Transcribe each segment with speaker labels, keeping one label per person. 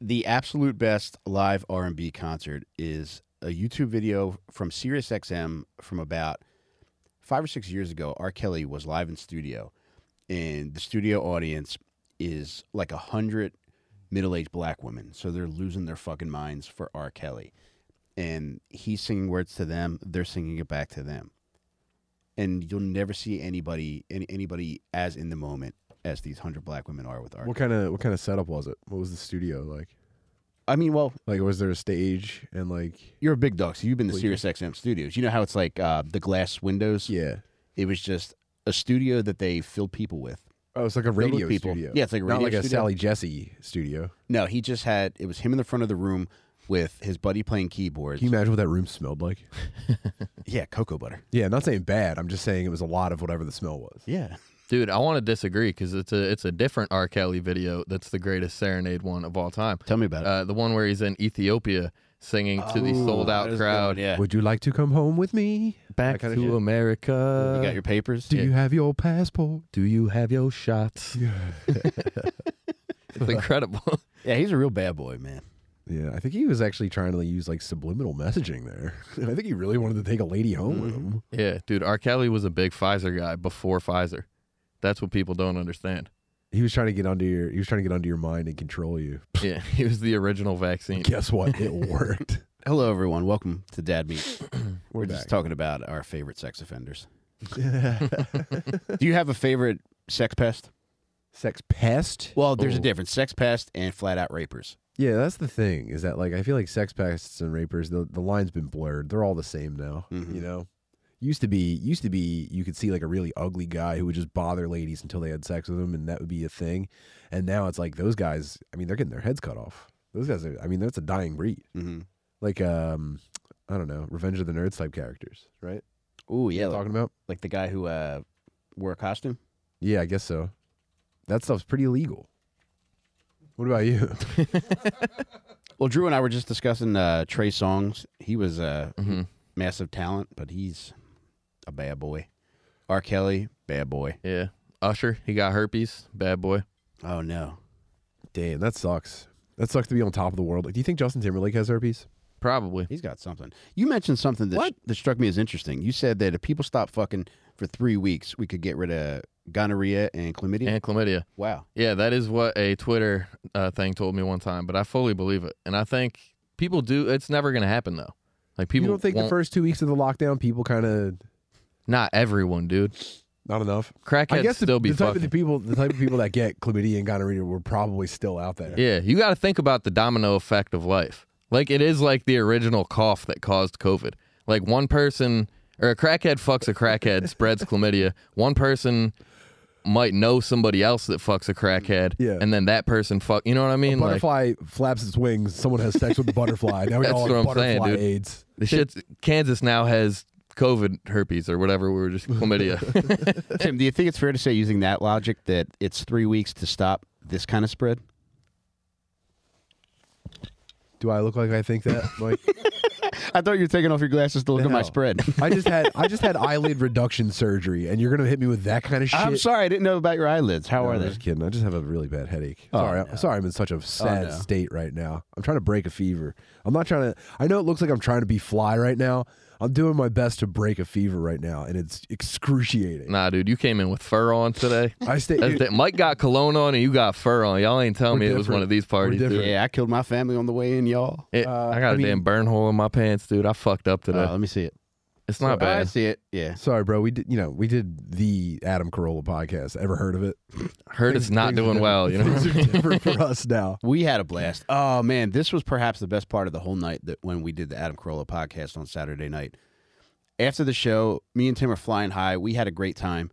Speaker 1: the absolute best live R&B concert is a YouTube video from SiriusXM from about five or six years ago. R. Kelly was live in studio, and the studio audience is like a hundred middle-aged black women, so they're losing their fucking minds for R. Kelly, and he's singing words to them, they're singing it back to them, and you'll never see anybody any, anybody as in the moment as these hundred black women are with R.
Speaker 2: What kind of what kind of setup was it? What was the studio like?
Speaker 1: I mean, well,
Speaker 2: Like, was there a stage and like?
Speaker 1: you're a big dog, so you've been to
Speaker 2: Well, yeah.
Speaker 1: SiriusXM studios. You know how it's like uh, the glass windows.
Speaker 2: Yeah.
Speaker 1: It was just a studio that they filled people with.
Speaker 2: Oh, it's like a
Speaker 1: Filled with
Speaker 2: radio
Speaker 1: people.
Speaker 2: studio.
Speaker 1: Yeah, it's like a
Speaker 2: not
Speaker 1: radio
Speaker 2: like a
Speaker 1: studio.
Speaker 2: Sally Jesse studio.
Speaker 1: No, he just had it was him in the front of the room with his buddy playing keyboards.
Speaker 2: Can you imagine what that room smelled like?
Speaker 1: yeah, cocoa butter.
Speaker 2: Yeah, not saying bad. I'm just saying it was a lot of whatever the smell was.
Speaker 1: Yeah.
Speaker 3: Dude, I want to disagree because it's a it's a different R. Kelly video that's the greatest serenade one of all time.
Speaker 1: Tell me about it.
Speaker 3: Uh, the one where he's in Ethiopia singing to the
Speaker 1: Oh,
Speaker 3: sold out crowd.
Speaker 1: Yeah.
Speaker 2: Would you like to come home with me?
Speaker 3: Back
Speaker 2: That
Speaker 3: to
Speaker 2: kinda shit.
Speaker 3: America.
Speaker 1: Uh, you got your papers?
Speaker 2: Do you have your passport?
Speaker 3: Do you have your shots?
Speaker 2: Yeah.
Speaker 3: It's incredible.
Speaker 1: Yeah, he's a real bad boy, man.
Speaker 2: Yeah, I think he was actually trying to use like subliminal messaging there. I think he really wanted to take a lady home with
Speaker 1: Mm-hmm.
Speaker 2: him.
Speaker 3: yeah, dude, R. Kelly was a big Pfizer guy before Pfizer. That's what people don't understand.
Speaker 2: He was trying to get under your he was trying to get under your mind and control you.
Speaker 3: Yeah, he was the original vaccine.
Speaker 2: Guess what? It worked.
Speaker 1: Hello, everyone. Welcome to Dad Meet. We're,
Speaker 2: We're
Speaker 1: just
Speaker 2: back.
Speaker 1: talking about our favorite sex offenders. Do you have a favorite sex pest?
Speaker 2: Sex pest?
Speaker 1: Well, there's a
Speaker 2: Oh.
Speaker 1: difference: sex pest and flat out rapers.
Speaker 2: Yeah, that's the thing. Is that like I feel like sex pests and rapers, the the line's been blurred. They're all the same now.
Speaker 1: Mhm.
Speaker 2: You know, used to be used to be you could see like a really ugly guy who would just bother ladies until they had sex with them, and that would be a thing. And now it's like those guys. I mean, they're getting their heads cut off. Those guys are. I mean, that's a dying breed.
Speaker 1: Mm-hmm.
Speaker 2: Like um, I don't know, Revenge of the Nerds type characters, right?
Speaker 1: Oh yeah, like,
Speaker 2: Talking about.
Speaker 1: like the guy who uh, wore a costume.
Speaker 2: Yeah, I guess so. That stuff's pretty illegal. What about you?
Speaker 1: Well, Drew and I were just discussing uh, Trey Songs. He was a
Speaker 3: hmm
Speaker 1: massive talent, but he's a bad boy. R. Kelly, bad boy.
Speaker 3: Yeah. Usher, he got herpes. Bad boy.
Speaker 1: Oh no,
Speaker 2: Damn, that sucks. That sucks to be on top of the world. Like, do you think Justin Timberlake has herpes?
Speaker 3: Probably.
Speaker 1: he's got something. You mentioned something that
Speaker 2: What?
Speaker 1: that struck me as interesting. You said that if people stop fucking for three weeks, we could get rid of gonorrhea and chlamydia.
Speaker 3: And chlamydia.
Speaker 1: wow.
Speaker 3: Yeah, that is what a Twitter uh, thing told me one time, but I fully believe it, and I think people do. It's never going to happen though. Like people
Speaker 2: you don't think the
Speaker 3: won't-
Speaker 2: first two weeks of the lockdown, people kind of
Speaker 3: Not everyone, dude.
Speaker 2: not enough.
Speaker 3: Crackheads
Speaker 2: I guess the,
Speaker 3: still be
Speaker 2: the type
Speaker 3: fucking.
Speaker 2: of the people, the type of people that get chlamydia and gonorrhea were probably still out there.
Speaker 3: yeah, you got to think about the domino effect of life. Like it is like the original cough that caused COVID. Like one person or a crackhead fucks a crackhead, spreads chlamydia. One person might know somebody else that fucks a crackhead,
Speaker 2: Yeah.
Speaker 3: and then that person fuck. You know what I mean? Like
Speaker 2: Butterfly flaps its wings. Someone has sex with the butterfly. Now we
Speaker 3: That's
Speaker 2: all
Speaker 3: what
Speaker 2: have
Speaker 3: I'm saying,
Speaker 2: butterfly
Speaker 3: dude.
Speaker 2: AIDS.
Speaker 3: the shit. Kansas now has COVID herpes or whatever we were just chlamydia.
Speaker 1: Tim, do you think it's fair to say, using that logic, that it's three weeks to stop this kind of spread?
Speaker 2: Do I look like I think that? Like,
Speaker 1: I thought you were taking off your glasses to look at my
Speaker 2: No.
Speaker 1: spread.
Speaker 2: I just had I just had eyelid reduction surgery, and you're gonna hit me with that kind of shit.
Speaker 1: I'm sorry, I didn't know about your eyelids. How
Speaker 2: No,
Speaker 1: are
Speaker 2: I'm
Speaker 1: they?
Speaker 2: just kidding. I just have a really bad headache.
Speaker 1: Oh,
Speaker 2: sorry,
Speaker 1: no.
Speaker 2: I'm sorry. I'm in such a sad
Speaker 1: no.
Speaker 2: state right now. I'm trying to break a fever. I'm not trying to. I know it looks like I'm trying to be fly right now. I'm doing my best to break a fever right now, and it's excruciating.
Speaker 3: nah, dude, you came in with fur on today.
Speaker 2: I stay.
Speaker 3: That's
Speaker 2: dude,
Speaker 3: it. Mike got cologne on and you got fur on. Y'all ain't telling
Speaker 2: We're
Speaker 3: me it was
Speaker 2: different.
Speaker 3: one of these parties,
Speaker 2: We're
Speaker 3: dude.
Speaker 2: different.
Speaker 1: Yeah, I killed my family on the way in, y'all.
Speaker 3: It-
Speaker 2: Uh,
Speaker 3: I got a
Speaker 2: I mean-
Speaker 3: damn burn hole in my pants, dude. I fucked up today.
Speaker 1: Uh, let me see it.
Speaker 3: it's not
Speaker 1: I
Speaker 3: bad.
Speaker 1: see it. Yeah.
Speaker 2: sorry, bro. We did. You know, we did the Adam Carolla podcast. Ever heard of it?
Speaker 3: Heard it's not
Speaker 2: Things are
Speaker 3: doing
Speaker 2: different.
Speaker 3: well, you know.
Speaker 2: Things are different for us now.
Speaker 1: We had a blast. Oh man, this was perhaps the best part of the whole night that when we did the Adam Carolla podcast on Saturday night. After the show, me and Tim are flying high. We had a great time.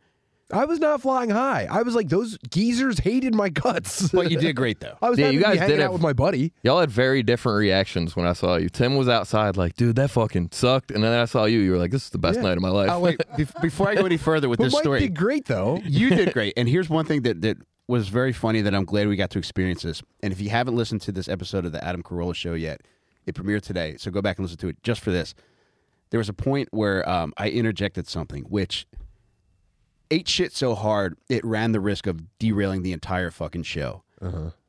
Speaker 2: I was not flying high. I was like, those geezers hated my guts.
Speaker 1: But you did great though.
Speaker 2: I was
Speaker 3: Yeah,
Speaker 2: happy
Speaker 3: you
Speaker 2: to be
Speaker 3: guys
Speaker 2: hanging
Speaker 3: did
Speaker 2: out
Speaker 3: it.
Speaker 2: with my buddy.
Speaker 3: Y'all had very different reactions when I saw you. Tim was outside like, dude, that fucking sucked. And then I saw you. You were like, this is the best
Speaker 2: Yeah.
Speaker 3: night of my life.
Speaker 1: Oh wait, be- before I go any further with
Speaker 2: But
Speaker 1: this
Speaker 2: Mike
Speaker 1: story,
Speaker 2: did great though.
Speaker 1: you did great. And here's one thing that that was very funny that I'm glad we got to experience this. And if you haven't listened to this episode of the Adam Carolla show yet, it premiered today, so go back and listen to it just for this. There was a point where um, I interjected something, which ate shit so hard it ran the risk of derailing the entire fucking show.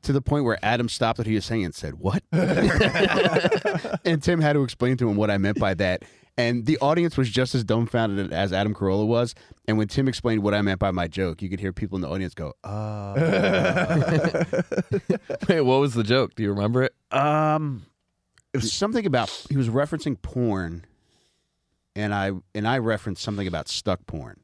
Speaker 1: to the point where Adam stopped what he was saying and said, What? and Tim had to explain to him what I meant by that. And the audience was just as dumbfounded as Adam Carolla was. And when Tim explained what I meant by my joke, you could hear people in the audience go, "Uh,
Speaker 3: Wait, what was the joke? Do you remember it?
Speaker 1: Um, it was something about he was referencing porn, and I and I referenced something about stuck porn,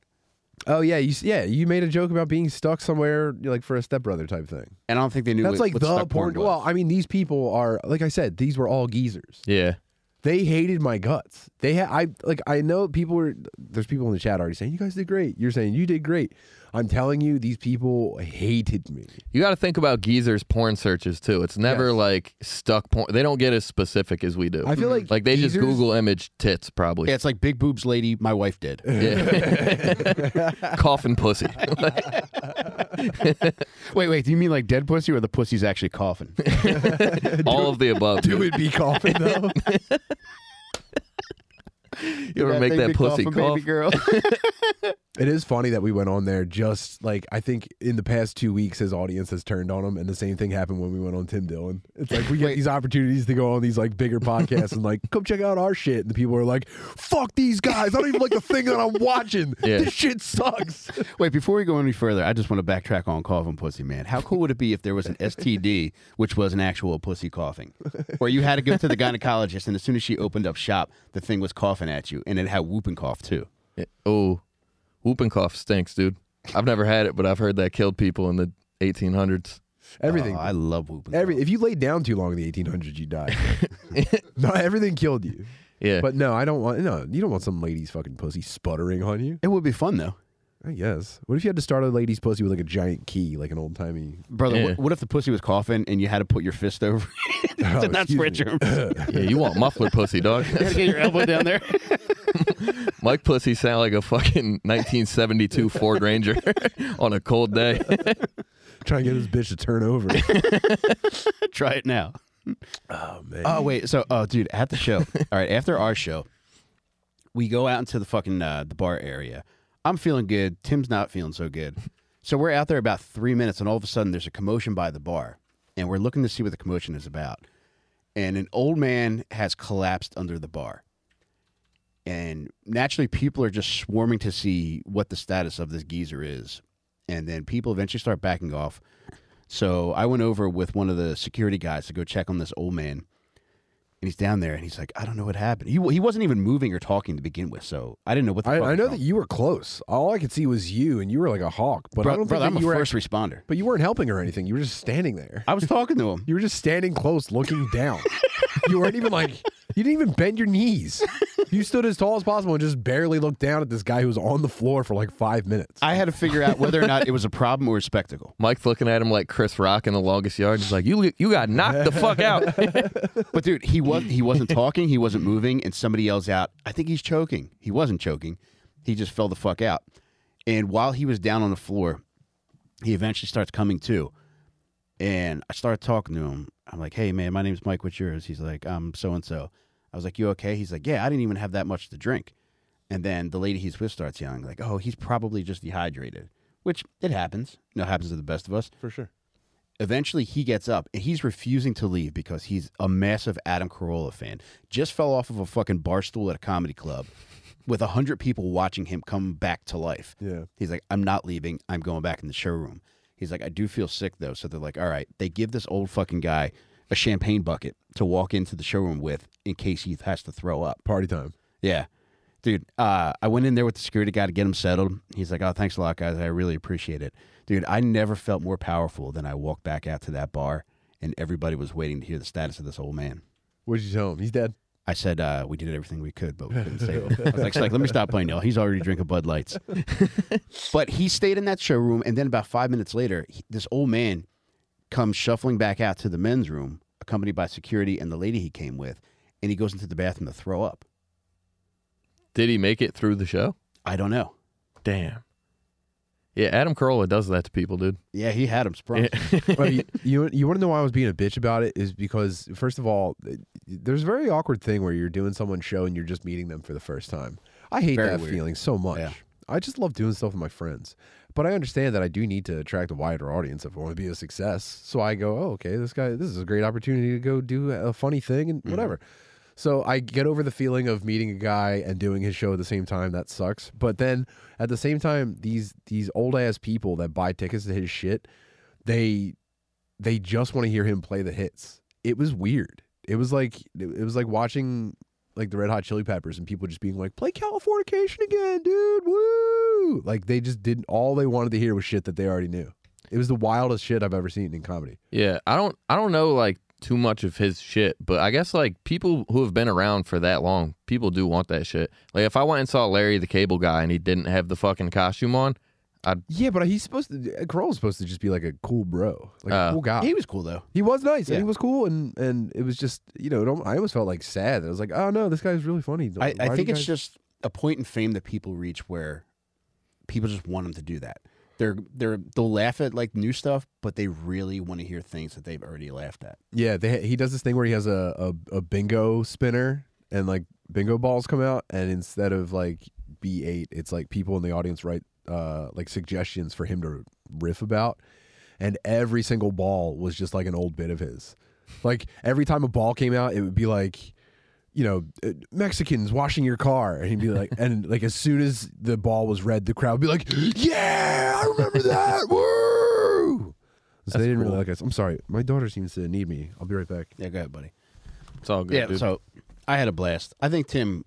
Speaker 2: Oh yeah, you s- yeah you made a joke about being stuck somewhere like for a stepbrother type thing.
Speaker 1: and I don't think they knew
Speaker 2: That's
Speaker 1: what,
Speaker 2: like
Speaker 1: what
Speaker 2: the
Speaker 1: stuck
Speaker 2: porn.
Speaker 1: porn. was.
Speaker 2: well, I mean, these people are like I said, these were all geezers.
Speaker 3: Yeah.
Speaker 2: They hated my guts. They had I like I know people were there's people in the chat already saying you guys did great. You're saying you did great. I'm telling you, these people hated me.
Speaker 3: You got to think about geezers porn searches too. It's never
Speaker 2: Yes.
Speaker 3: like stuck porn. They don't get as specific as we do.
Speaker 2: I feel like
Speaker 3: like they just
Speaker 2: geezers-
Speaker 3: Google image tits probably.
Speaker 1: yeah, it's like big boobs lady. My wife did.
Speaker 3: Yeah. Coffin pussy.
Speaker 1: wait, wait. Do you mean like dead pussy or the pussy's actually coughing?
Speaker 3: All of the above.
Speaker 2: Do it be coughing though.
Speaker 3: You ever make that pussy cough?
Speaker 1: baby girl.
Speaker 2: It is funny that we went on there just like I think in the past two weeks his audience has turned on him, and the same thing happened when we went on Tim Dillon. It's like we get
Speaker 1: Wait.
Speaker 2: these opportunities to go on these like bigger podcasts and like come check out our shit, and the people are like, "Fuck these guys! I don't even like the thing that I'm watching.
Speaker 3: Yeah.
Speaker 2: This shit sucks."
Speaker 1: Wait, before we go any further, I just want to backtrack on coughing pussy, man. How cool would it be if there was an STD, which was an actual pussy coughing, where you had to go to the gynecologist, and as soon as she opened up shop, the thing was coughing at you, and it had whooping cough too.
Speaker 3: Yeah. Oh, whooping cough stinks, dude. I've never had it, but I've heard that killed people in the 1800s.
Speaker 2: Everything,
Speaker 1: Oh, I love whooping.
Speaker 2: every if you laid down too long in the 1800s, you died. no, everything killed you.
Speaker 3: Yeah.
Speaker 2: But no, I don't want. No, you don't want some lady's fucking pussy sputtering on you.
Speaker 1: It would be fun though,
Speaker 2: I guess. What if you had to start a lady's pussy with like a giant key, like an old timey?
Speaker 1: brother.
Speaker 3: Yeah.
Speaker 1: What, what if the pussy was coughing and you had to put your fist over? it?
Speaker 2: Oh,
Speaker 1: and that's
Speaker 2: excuse
Speaker 1: where
Speaker 2: me.
Speaker 1: germs. you
Speaker 3: yeah, you want muffler pussy, dog.
Speaker 1: gotta get your elbow down there.
Speaker 3: Mike Pussy sound like a fucking 1972 Ford Ranger on a cold day.
Speaker 2: Try and get this bitch to turn over.
Speaker 1: Try it now.
Speaker 2: oh man.
Speaker 1: Oh wait, so oh dude, at the show. all right, after our show, we go out into the fucking uh, the bar area. I'm feeling good. Tim's not feeling so good. So we're out there about three minutes, and all of a sudden there's a commotion by the bar, and we're looking to see what the commotion is about. And an old man has collapsed under the bar, and naturally people are just swarming to see what the status of this geezer is, and then people eventually start backing off. So I went over with one of the security guys to go check on this old man, and he's down there, and he's like, "I don't know what happened. He he wasn't even moving or talking to begin with, so I didn't know what the
Speaker 2: I,
Speaker 1: fuck
Speaker 2: I
Speaker 1: was
Speaker 2: know
Speaker 1: wrong.
Speaker 2: that you were close. All I could see was you, and you were like a hawk. But
Speaker 1: Bro-
Speaker 2: I don't
Speaker 1: brother,
Speaker 2: think
Speaker 1: I'm
Speaker 2: that
Speaker 1: a
Speaker 2: you were.
Speaker 1: first responder.
Speaker 2: but you weren't helping or anything. You were just standing there.
Speaker 1: I was talking to him.
Speaker 2: You were just standing close, looking down. you weren't even like. You didn't even bend your knees. You stood as tall as possible and just barely looked down at this guy who was on the floor for like five minutes.
Speaker 1: I had to figure out whether or not it was a problem or a spectacle.
Speaker 3: Mike's looking at him like Chris Rock in the longest yard. He's like, You you got knocked the fuck out.
Speaker 1: But dude, he was he wasn't talking, he wasn't moving, and somebody yells out, "I think he's choking." He wasn't choking. He just fell the fuck out. And while he was down on the floor, he eventually starts coming to. And I started talking to him. I'm like, "Hey man, my name's Mike. What's yours?" He's like, "I'm so and so." I was like, "You okay?" He's like, "Yeah, I didn't even have that much to drink." And then the lady he's with starts yelling like, "Oh, he's probably just dehydrated," which it happens. You know, it happens to the best of us.
Speaker 2: for sure.
Speaker 1: Eventually, he gets up and he's refusing to leave because he's a massive Adam Carolla fan. Just fell off of a fucking bar stool at a comedy club with a hundred people watching him come back to life.
Speaker 2: Yeah.
Speaker 1: He's like, I'm not leaving. I'm going back in the showroom. He's like, I do feel sick though. So they're like, all right. They give this old fucking guy a champagne bucket to walk into the showroom with in case he has to throw up.
Speaker 2: Party time.
Speaker 1: Yeah. Dude, uh, I went in there with the security guy to get him settled. He's like, oh, thanks a lot, guys. I really appreciate it. Dude, I never felt more powerful than I walked back out to that bar and everybody was waiting to hear the status of this old man.
Speaker 2: What'd you tell him? He's dead.
Speaker 1: I said, uh, we did everything we could, but we couldn't save him. I was like, Slick, let me stop playing now. He's already drinking Bud Lights. but he stayed in that showroom. And then about five minutes later, he- this old man comes shuffling back out to the men's room, accompanied by security and the lady he came with. And he goes into the bathroom to throw up.
Speaker 3: Did he make it through the show?
Speaker 1: I don't know.
Speaker 3: Damn. Yeah, Adam Carolla does that to people, dude.
Speaker 1: Yeah, he had him sprung.
Speaker 2: Well, you, you you want to know why I was being a bitch about it is because first of all, th- there's a very awkward thing where you're doing someone's show and you're just meeting them for the first time. I hate
Speaker 1: Very
Speaker 2: that
Speaker 1: weird.
Speaker 2: feeling so much.
Speaker 1: Yeah.
Speaker 2: I just love doing stuff with my friends. But I understand that I do need to attract a wider audience if I want to be a success. So I go, oh, okay, this guy, this is a great opportunity to go do a funny thing and whatever. So I get over the feeling of meeting a guy and doing his show at the same time. That sucks. But then at the same time, these these old ass people that buy tickets to his shit, they they just want to hear him play the hits. It was weird. It was like it was like watching like the Red Hot Chili Peppers and people just being like, "Play Californication again, dude!" Woo! Like they just didn't. All they wanted to hear was shit that they already knew. It was the wildest shit I've ever seen in comedy.
Speaker 3: Yeah, I don't I don't know like too much of his shit, but I guess like people who have been around for that long, people do want that shit. Like if I went and saw Larry the Cable Guy and he didn't have the fucking costume on,
Speaker 2: Yeah, but he's supposed to. Grohl's supposed to just be like a cool bro, like a
Speaker 3: Uh,
Speaker 2: cool guy.
Speaker 1: He was cool though.
Speaker 2: He was nice
Speaker 1: Yeah.
Speaker 2: and he was cool and and it was just you know it al- I almost felt like sad. I was like, oh no, this guy's really funny.
Speaker 1: I,
Speaker 2: Why
Speaker 1: I
Speaker 2: do
Speaker 1: think
Speaker 2: you
Speaker 1: it's
Speaker 2: guys-"
Speaker 1: just a point in fame that people reach where people just want them to do that. They're they're they'll laugh at like new stuff, but they really want to hear things that they've already laughed at.
Speaker 2: yeah. They, he does this thing where he has a, a a bingo spinner and like bingo balls come out and instead of like B eight, it's like people in the audience write uh like suggestions for him to riff about, and every single ball was just like an old bit of his. Like every time a ball came out, it would be like. you know, uh, Mexicans washing your car. And he'd be like, and like as soon as the ball was red, the crowd would be like, yeah, I remember that. Woo! So they didn't really like us. I'm sorry. My daughter seems to need me. I'll be right back.
Speaker 1: Yeah, go ahead, buddy.
Speaker 3: it's all good.
Speaker 1: Yeah,
Speaker 3: dude.
Speaker 1: so I had a blast. I think Tim,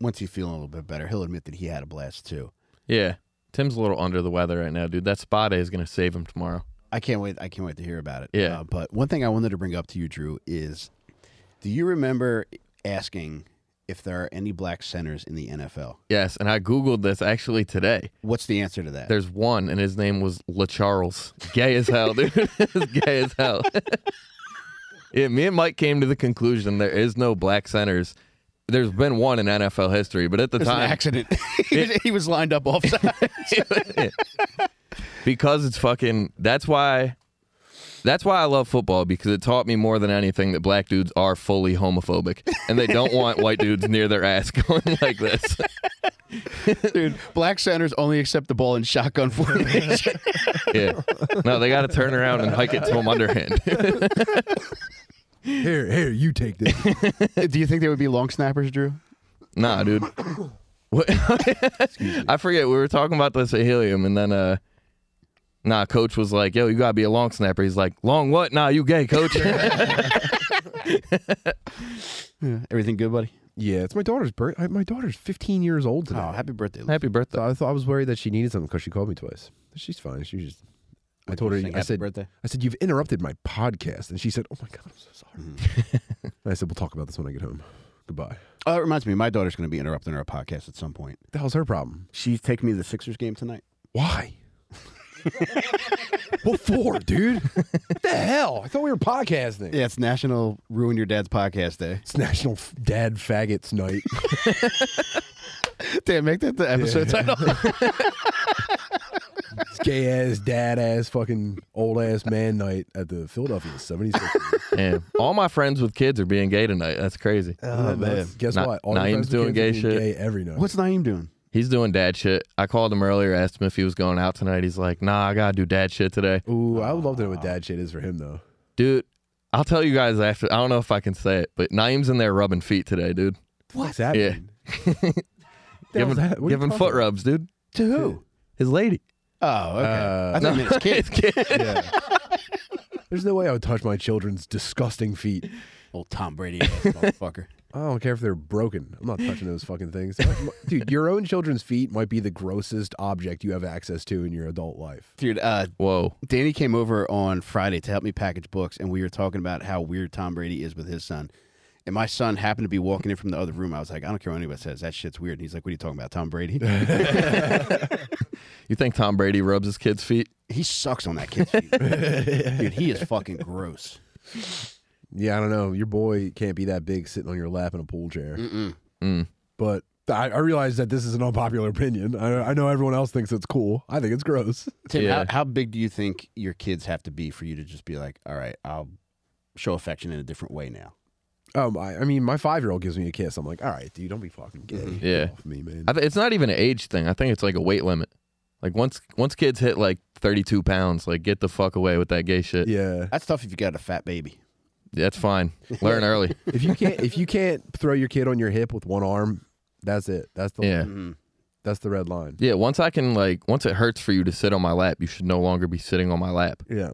Speaker 1: once he's feeling a little bit better, he'll admit that he had a blast too.
Speaker 3: yeah. Tim's a little under the weather right now, dude. That spa day is gonna save him tomorrow.
Speaker 1: I can't wait. I can't wait to hear about it.
Speaker 3: Yeah.
Speaker 1: Uh, but one thing I wanted to bring up to you, Drew, is do you remember asking if there are any black centers in the NFL?
Speaker 3: Yes, and I googled this actually today.
Speaker 1: What's the answer to that?
Speaker 3: There's one, and his name was LaCharles. Gay as hell, dude. Gay as hell. yeah, me and Mike came to the conclusion there is no black centers. There's been one in NFL history, but at the
Speaker 1: It was an
Speaker 3: time,
Speaker 1: accident. he, was, he was lined up offside.
Speaker 3: because it's fucking that's why that's why I love football because it taught me more than anything that black dudes are fully homophobic and they don't want white dudes near their ass going like this.
Speaker 1: Dude, black centers only accept the ball in shotgun formation.
Speaker 3: Yeah. No, they got to turn around and hike it to them underhand.
Speaker 2: Here, here, you take this.
Speaker 1: Do you think they would be long snappers, Drew?
Speaker 3: Nah, dude. What- I forget. We were talking about this at Helium, and then uh, nah, coach was like, "Yo, you gotta be a long snapper." He's like, "Long what? Nah, you gay, coach."
Speaker 1: Everything good, buddy?
Speaker 2: yeah, it's my daughter's birth. My daughter's 15 years old today.
Speaker 1: Oh, happy birthday. Luke.
Speaker 3: Happy birthday.
Speaker 2: So I thought I was worried that she needed something because she called me twice. She's fine. She just. I told her.
Speaker 1: Sing
Speaker 2: I
Speaker 1: happy
Speaker 2: said.
Speaker 1: birthday.
Speaker 2: I said you've interrupted my podcast, and she said, "Oh my god, I'm so sorry."
Speaker 1: Hmm.
Speaker 2: And I said, "We'll talk about this when I get home. Goodbye."
Speaker 1: Oh, it reminds me, my daughter's going to be interrupting our podcast at some point.
Speaker 2: The hell's her problem?
Speaker 1: She's taking me to the Sixers game tonight.
Speaker 2: Why? what for, dude? What the hell? I thought we were podcasting.
Speaker 1: Yeah, it's National Ruin Your Dad's Podcast Day.
Speaker 2: It's National F- Dad Faggots Night.
Speaker 1: Damn, make that the episode title.
Speaker 2: It's gay ass, dad ass, fucking old ass man night at the Philadelphia 76ers.
Speaker 3: Yeah. All my friends with kids are being gay tonight. That's crazy.
Speaker 2: Isn't that nuts? Guess
Speaker 3: Na-
Speaker 2: what? your
Speaker 3: Naeem's
Speaker 2: friends with
Speaker 3: doing
Speaker 2: kids
Speaker 3: gay
Speaker 2: are being
Speaker 3: shit.
Speaker 2: Gay every night.
Speaker 1: What's Naeem doing?
Speaker 3: He's doing dad shit. I called him earlier, asked him if he was going out tonight. He's like, "Nah, I gotta do dad shit today,
Speaker 2: Ooh, I would love to know what dad shit is for him though.
Speaker 3: dude." I'll tell you guys after. I don't know if I can say it, but Naeem's in there rubbing feet today, dude.
Speaker 2: What's that?
Speaker 3: Yeah.
Speaker 2: mean? The hell's
Speaker 3: Giving,
Speaker 2: that? What are you
Speaker 3: giving
Speaker 2: talking
Speaker 3: foot
Speaker 2: about?
Speaker 3: rubs, dude.
Speaker 1: To who?
Speaker 3: His lady.
Speaker 1: Oh, okay.
Speaker 2: Uh,
Speaker 1: I thought you meant his kid.
Speaker 3: His kid.
Speaker 2: Yeah. There's no way I would touch my children's disgusting feet.
Speaker 1: Old Tom Brady ass motherfucker.
Speaker 2: I don't care if they're broken. I'm not touching those fucking things. Dude, your own children's feet might be the grossest object you have access to in your adult life.
Speaker 1: Dude, uh,
Speaker 3: Whoa.
Speaker 1: Danny came over on Friday to help me package books, and we were talking about how weird Tom Brady is with his son. And my son happened to be walking in from the other room. I was like, I don't care what anybody says, that shit's weird. And he's like, What are you talking about, Tom Brady?
Speaker 3: You think Tom Brady rubs his kids' feet?
Speaker 1: he sucks on that kid's feet. Dude, he is fucking gross.
Speaker 2: Yeah, I don't know. Your boy can't be that big sitting on your lap in a pool chair.
Speaker 3: Mm.
Speaker 2: But I, I realize that this is an unpopular opinion. I, I know everyone else thinks it's cool. I think it's gross.
Speaker 1: Tim,
Speaker 3: Yeah.
Speaker 1: how, how big do you think your kids have to be for you to just be like, All right, I'll show affection in a different way now?
Speaker 2: Um, I, I mean, my five year old gives me a kiss. I'm like, all right, dude, don't be fucking gay. Get
Speaker 3: Yeah.
Speaker 2: off me, man.
Speaker 3: I th- it's not even an age thing. I think it's like a weight limit. Like once once kids hit like 32 pounds, like get the fuck away with that gay shit.
Speaker 2: yeah.
Speaker 1: That's tough if you got a fat baby.
Speaker 3: That's fine. Learn early.
Speaker 2: if you can't, if you can't throw your kid on your hip with one arm, that's it. That's the
Speaker 3: Yeah.
Speaker 1: Mm-hmm.
Speaker 2: that's the red line.
Speaker 3: Yeah, once I can like once it hurts for you to sit on my lap, you should no longer be sitting on my lap.
Speaker 2: Yeah.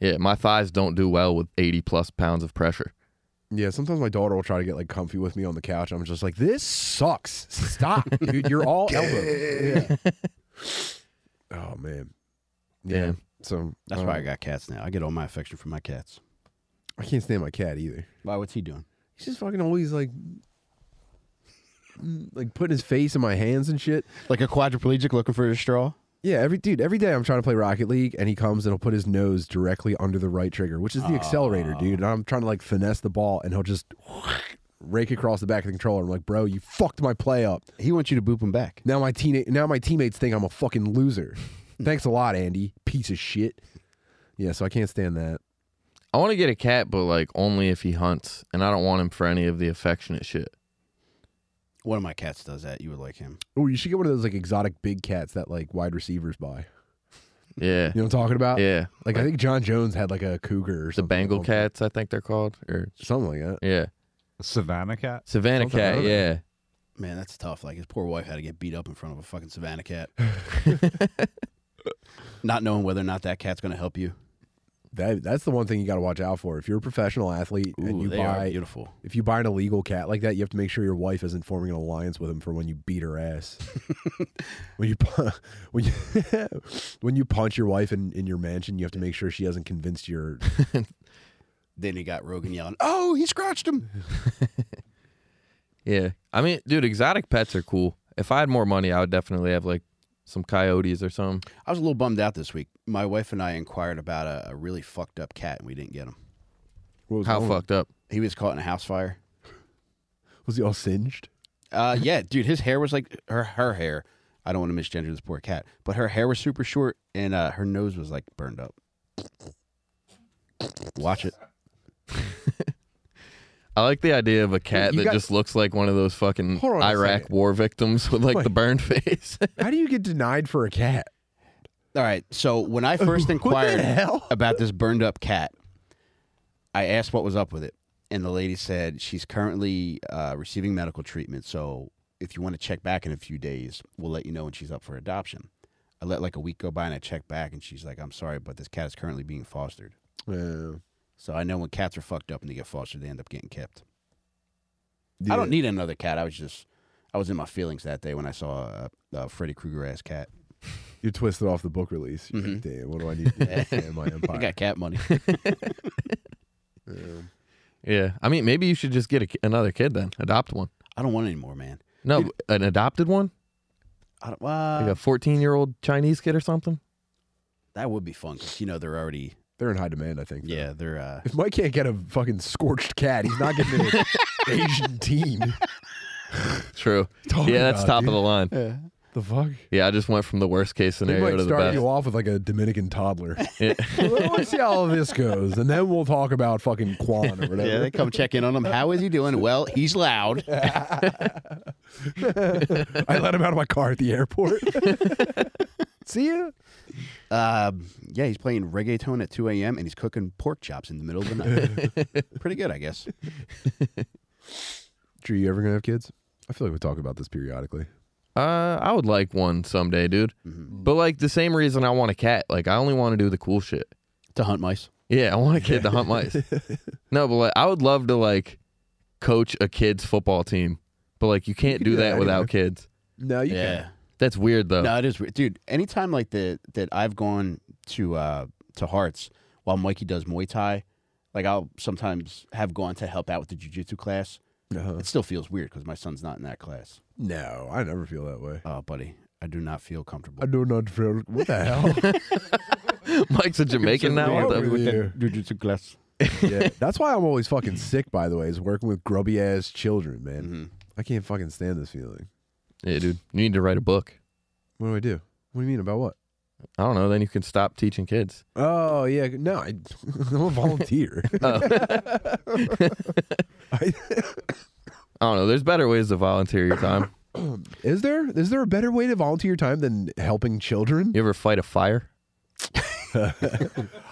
Speaker 3: Yeah, my thighs don't do well with 80 plus pounds of pressure.
Speaker 2: Yeah, sometimes my daughter will try to get like comfy with me on the couch. I'm just like, this sucks. Stop, dude. You're all elbow. Yeah. Oh man. Yeah.
Speaker 3: Yeah.
Speaker 2: So
Speaker 1: That's
Speaker 2: um,
Speaker 1: why I got cats now. I get all my affection from my cats.
Speaker 2: I can't stand my cat either.
Speaker 1: Why? What's he doing?
Speaker 2: He's just fucking always like, mm, like putting his face in my hands and shit.
Speaker 1: Like a quadriplegic looking for a straw?
Speaker 2: Yeah, every dude, every day I'm trying to play Rocket League, and he comes and he'll put his nose directly under the right trigger, which is the accelerator, dude. And I'm trying to like finesse the ball, and he'll just rake across the back of the controller. I'm like, bro, you fucked my play up.
Speaker 1: He wants you to boop him back.
Speaker 2: Now my teammate, now my teammates think I'm a fucking loser. Thanks a lot, Andy. Piece of shit. Yeah, so I can't stand that.
Speaker 3: I want to get a cat, but like only if he hunts, and I don't want him for any of the affectionate shit.
Speaker 1: One of my cats does that. You would like him.
Speaker 2: Oh, you should get one of those like exotic big cats that like wide receivers buy.
Speaker 3: Yeah.
Speaker 2: You know what I'm talking about?
Speaker 3: Yeah.
Speaker 2: Like I think John Jones had like a cougar or
Speaker 3: the
Speaker 2: something.
Speaker 3: Bengal
Speaker 2: Something-
Speaker 3: cats, I think they're called, or
Speaker 2: Something like that.
Speaker 3: yeah,
Speaker 4: Savannah cat.
Speaker 3: Savannah
Speaker 2: Something
Speaker 3: cat.
Speaker 2: other.
Speaker 3: Yeah.
Speaker 1: Man, that's tough. Like his poor wife had to get beat up in front of a fucking savannah cat. not knowing whether or not that cat's going to help you.
Speaker 2: That that's the one thing you got to watch out for. If you're a professional athlete and
Speaker 1: Ooh,
Speaker 2: you
Speaker 1: they are
Speaker 2: buy
Speaker 1: beautiful.
Speaker 2: if you buy an illegal cat like that, you have to make sure your wife isn't forming an alliance with him for when you beat her ass. when you pu- when you when you punch your wife in, in your mansion, you have to make sure she hasn't convinced your
Speaker 1: Then he got Rogan yelling, "Oh, he scratched him!"
Speaker 3: Yeah. I mean, dude, exotic pets are cool. If I had more money, I would definitely have like some coyotes or something.
Speaker 1: I was a little bummed out this week. My wife and I inquired about a, a really fucked up cat, and we didn't get him.
Speaker 2: what was
Speaker 3: How
Speaker 2: wrong?
Speaker 3: fucked up?
Speaker 1: He was caught in a house fire.
Speaker 2: Was he all singed?
Speaker 1: Uh, yeah, dude, his hair was like her her hair. I don't want to misgender this poor cat, but her hair was super short, and uh, her nose was like burned up. Watch it.
Speaker 3: I like the idea of a cat
Speaker 2: you
Speaker 3: that
Speaker 2: got-
Speaker 3: just looks like one of those fucking
Speaker 2: Hold on a
Speaker 3: Iraq
Speaker 2: second.
Speaker 3: war victims with like the
Speaker 2: Wait.
Speaker 3: burned face.
Speaker 2: How do you get denied for a cat?
Speaker 1: All right. So when I first
Speaker 2: What the
Speaker 1: inquired
Speaker 2: hell?
Speaker 1: about this burned up cat, I asked what was up with it, and the lady said she's currently uh, receiving medical treatment. So if you want to check back in a few days, we'll let you know when she's up for adoption. I let like a week go by and I checked back, and she's like, "I'm sorry, but this cat is currently being fostered."
Speaker 2: Uh,
Speaker 1: So I know when cats are fucked up and they get fostered, they end up getting kept.
Speaker 2: yeah.
Speaker 1: I don't need another cat. I was just, I was in my feelings that day when I saw a, a Freddy Krueger ass cat.
Speaker 2: You twisted off the book release. You're like, Damn, what do I need to do to expand my
Speaker 1: I
Speaker 2: empire?
Speaker 1: got cat money.
Speaker 3: yeah. I mean, maybe you should just get a, ki- another kid then. Adopt one.
Speaker 1: I don't want any more, man.
Speaker 3: No, an adopted one?
Speaker 1: I don't, uh,
Speaker 3: Like a 14 year old Chinese kid or something?
Speaker 1: That would be fun because you know they're already
Speaker 2: They're in high demand, I think. though.
Speaker 1: yeah they're uh
Speaker 2: If Mike can't get a fucking scorched cat, he's not getting an Asian teen.
Speaker 3: True.
Speaker 2: Talk
Speaker 3: yeah, that's
Speaker 2: about,
Speaker 3: top
Speaker 2: Oh dude.
Speaker 3: of the line.
Speaker 2: The fuck?
Speaker 3: Yeah, I just went from the worst case
Speaker 2: They
Speaker 3: scenario
Speaker 2: might
Speaker 3: to the
Speaker 2: start
Speaker 3: best.
Speaker 2: you off with like a Dominican toddler.
Speaker 3: Yeah.
Speaker 2: Let's see how this goes, and then we'll talk about fucking Quan or
Speaker 1: yeah
Speaker 2: whatever.
Speaker 1: they come check in on him. How is he doing? Well, he's loud.
Speaker 2: I let him out of my car at the airport. see ya.
Speaker 1: Um, yeah, he's playing reggaeton at 2 a.m. and he's cooking pork chops in the middle of the night. Pretty good, I guess.
Speaker 2: Drew, you ever gonna have kids? I feel like we talk about this periodically.
Speaker 3: Uh, I would like one someday, dude.
Speaker 2: Mm-hmm.
Speaker 3: But like the same reason I want a cat. Like I only want to do the cool shit.
Speaker 1: To hunt mice.
Speaker 3: Yeah, I want a kid to hunt mice. no, but like I would love to like coach a kid's football team. But like you can't do,
Speaker 2: do
Speaker 3: that,
Speaker 2: that
Speaker 3: without kids.
Speaker 2: No, you
Speaker 1: yeah.
Speaker 3: That's weird though.
Speaker 1: No, it is weird, dude. Anytime like the that I've gone to uh to Hearts while Mikey does Muay Thai, like I'll sometimes have gone to help out with the jujitsu class.
Speaker 2: can. Uh-huh.
Speaker 1: It still feels weird because my son's not in that class.
Speaker 2: No, I never feel that way.
Speaker 1: Oh, buddy, I do not feel comfortable.
Speaker 2: I do not feel. What the hell?
Speaker 3: Mike's a Jamaican now.
Speaker 2: wrong
Speaker 3: What the-
Speaker 2: with
Speaker 1: with
Speaker 2: you.
Speaker 1: that jujitsu class.
Speaker 2: yeah, that's why I'm always fucking sick. By the way, is working with grubby ass children, man.
Speaker 1: hmm
Speaker 2: I can't fucking stand this feeling.
Speaker 3: Yeah, dude. You need to write a book.
Speaker 2: What do I do? What do you mean about what?
Speaker 3: I don't know. Then you can stop teaching kids.
Speaker 2: Oh yeah, no, I, I'm a volunteer.
Speaker 3: Oh.
Speaker 2: I,
Speaker 3: There's better ways to volunteer your time.
Speaker 2: Is there is there a better way to volunteer your time than helping children?
Speaker 3: You ever fight a fire?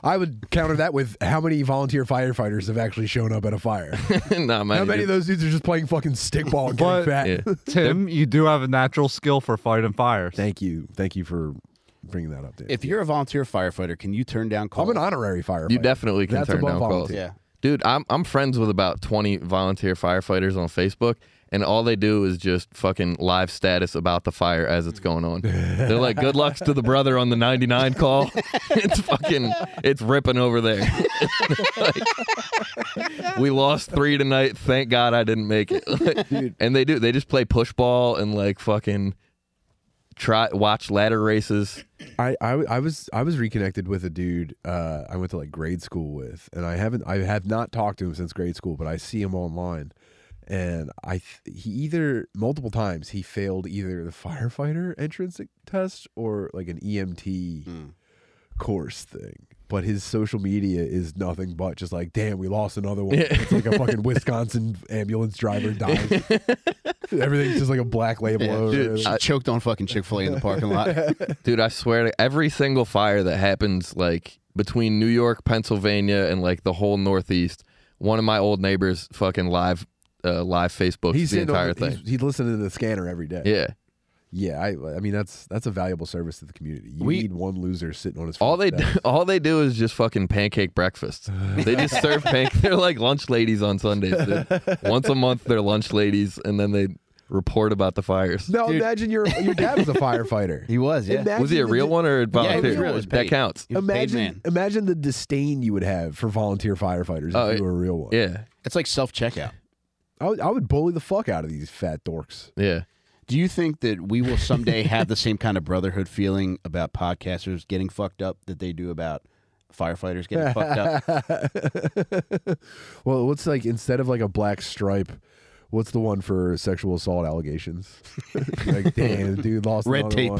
Speaker 2: I would counter that with how many volunteer firefighters have actually shown up at a fire.
Speaker 3: Not many.
Speaker 2: How many of
Speaker 3: dude.
Speaker 2: those dudes are just playing fucking stickball and getting
Speaker 4: But-
Speaker 2: fat?
Speaker 3: Yeah.
Speaker 4: Tim, you do have a natural skill for fighting fires.
Speaker 2: Thank you, thank you for bringing that up, Dan.
Speaker 1: If you're a volunteer firefighter, can you turn down
Speaker 2: I'm
Speaker 1: calls?
Speaker 2: an honorary firefighter.
Speaker 3: You definitely can
Speaker 2: That's
Speaker 3: turn
Speaker 2: above
Speaker 3: down calls.
Speaker 2: volunteer.
Speaker 1: yeah.
Speaker 3: Dude, I'm I'm friends with about 20 volunteer firefighters on Facebook, and all they do is just fucking live status about the fire as it's going on. They're like, "Good lucks to the brother on the 99 call." it's fucking, it's ripping over there. Like, we lost three tonight. Thank God I didn't make it. and they do. They just play push ball and like fucking try watch ladder races.
Speaker 2: I, I w- I was I was reconnected with a dude uh, I went to like grade school with, and I haven't I have not talked to him since grade school, but I see him online, and I th- he either multiple times he failed either the firefighter entrance test or like an EMT
Speaker 3: Hmm.
Speaker 2: course thing. But his social media is nothing but just like, damn, we lost another one. It's like a fucking Wisconsin ambulance driver dies. Everything's just like a black label.
Speaker 1: Yeah,
Speaker 2: over
Speaker 1: dude,
Speaker 2: it.
Speaker 1: she choked on fucking Chick Fil A in the parking lot.
Speaker 3: Dude, I swear to every single fire that happens like between New York, Pennsylvania, and like the whole Northeast, one of my old neighbors fucking live uh, live Facebooks
Speaker 2: He's
Speaker 3: the
Speaker 2: sitting on
Speaker 3: entire
Speaker 2: the- he's-
Speaker 3: thing.
Speaker 2: He's, listening to the scanner every day.
Speaker 3: Yeah.
Speaker 2: Yeah, I, I mean that's that's a valuable service to the community. You
Speaker 3: We-
Speaker 2: need one loser sitting on his.
Speaker 3: All they
Speaker 2: front
Speaker 3: do,
Speaker 2: steps.
Speaker 3: all they do is just fucking pancake breakfasts. They just serve pancake. They're like lunch ladies on Sundays. Dude. Once a month they're lunch ladies and then they report about the fires.
Speaker 2: Now imagine your your dad was a firefighter.
Speaker 1: He was, yeah.
Speaker 2: Imagine
Speaker 3: Was he a
Speaker 2: the
Speaker 3: real
Speaker 2: di-
Speaker 3: one or a volunteer?
Speaker 1: real. It was
Speaker 3: that
Speaker 1: paid.
Speaker 3: counts.
Speaker 1: He was a paid
Speaker 2: Imagine
Speaker 1: man.
Speaker 2: imagine the disdain you would have for volunteer firefighters
Speaker 3: Oh,
Speaker 2: if
Speaker 3: it-
Speaker 2: you were a real one.
Speaker 3: Yeah.
Speaker 1: It's like self checkout.
Speaker 2: I would, I would bully the fuck out of these fat dorks.
Speaker 3: Yeah.
Speaker 1: Do you think that we will someday have the same kind of brotherhood feeling about podcasters getting fucked up that they do about firefighters getting fucked up?
Speaker 2: well, what's like instead of like a black stripe, what's the one for sexual assault allegations? like damn, dude lost
Speaker 1: Red
Speaker 2: another
Speaker 1: tape.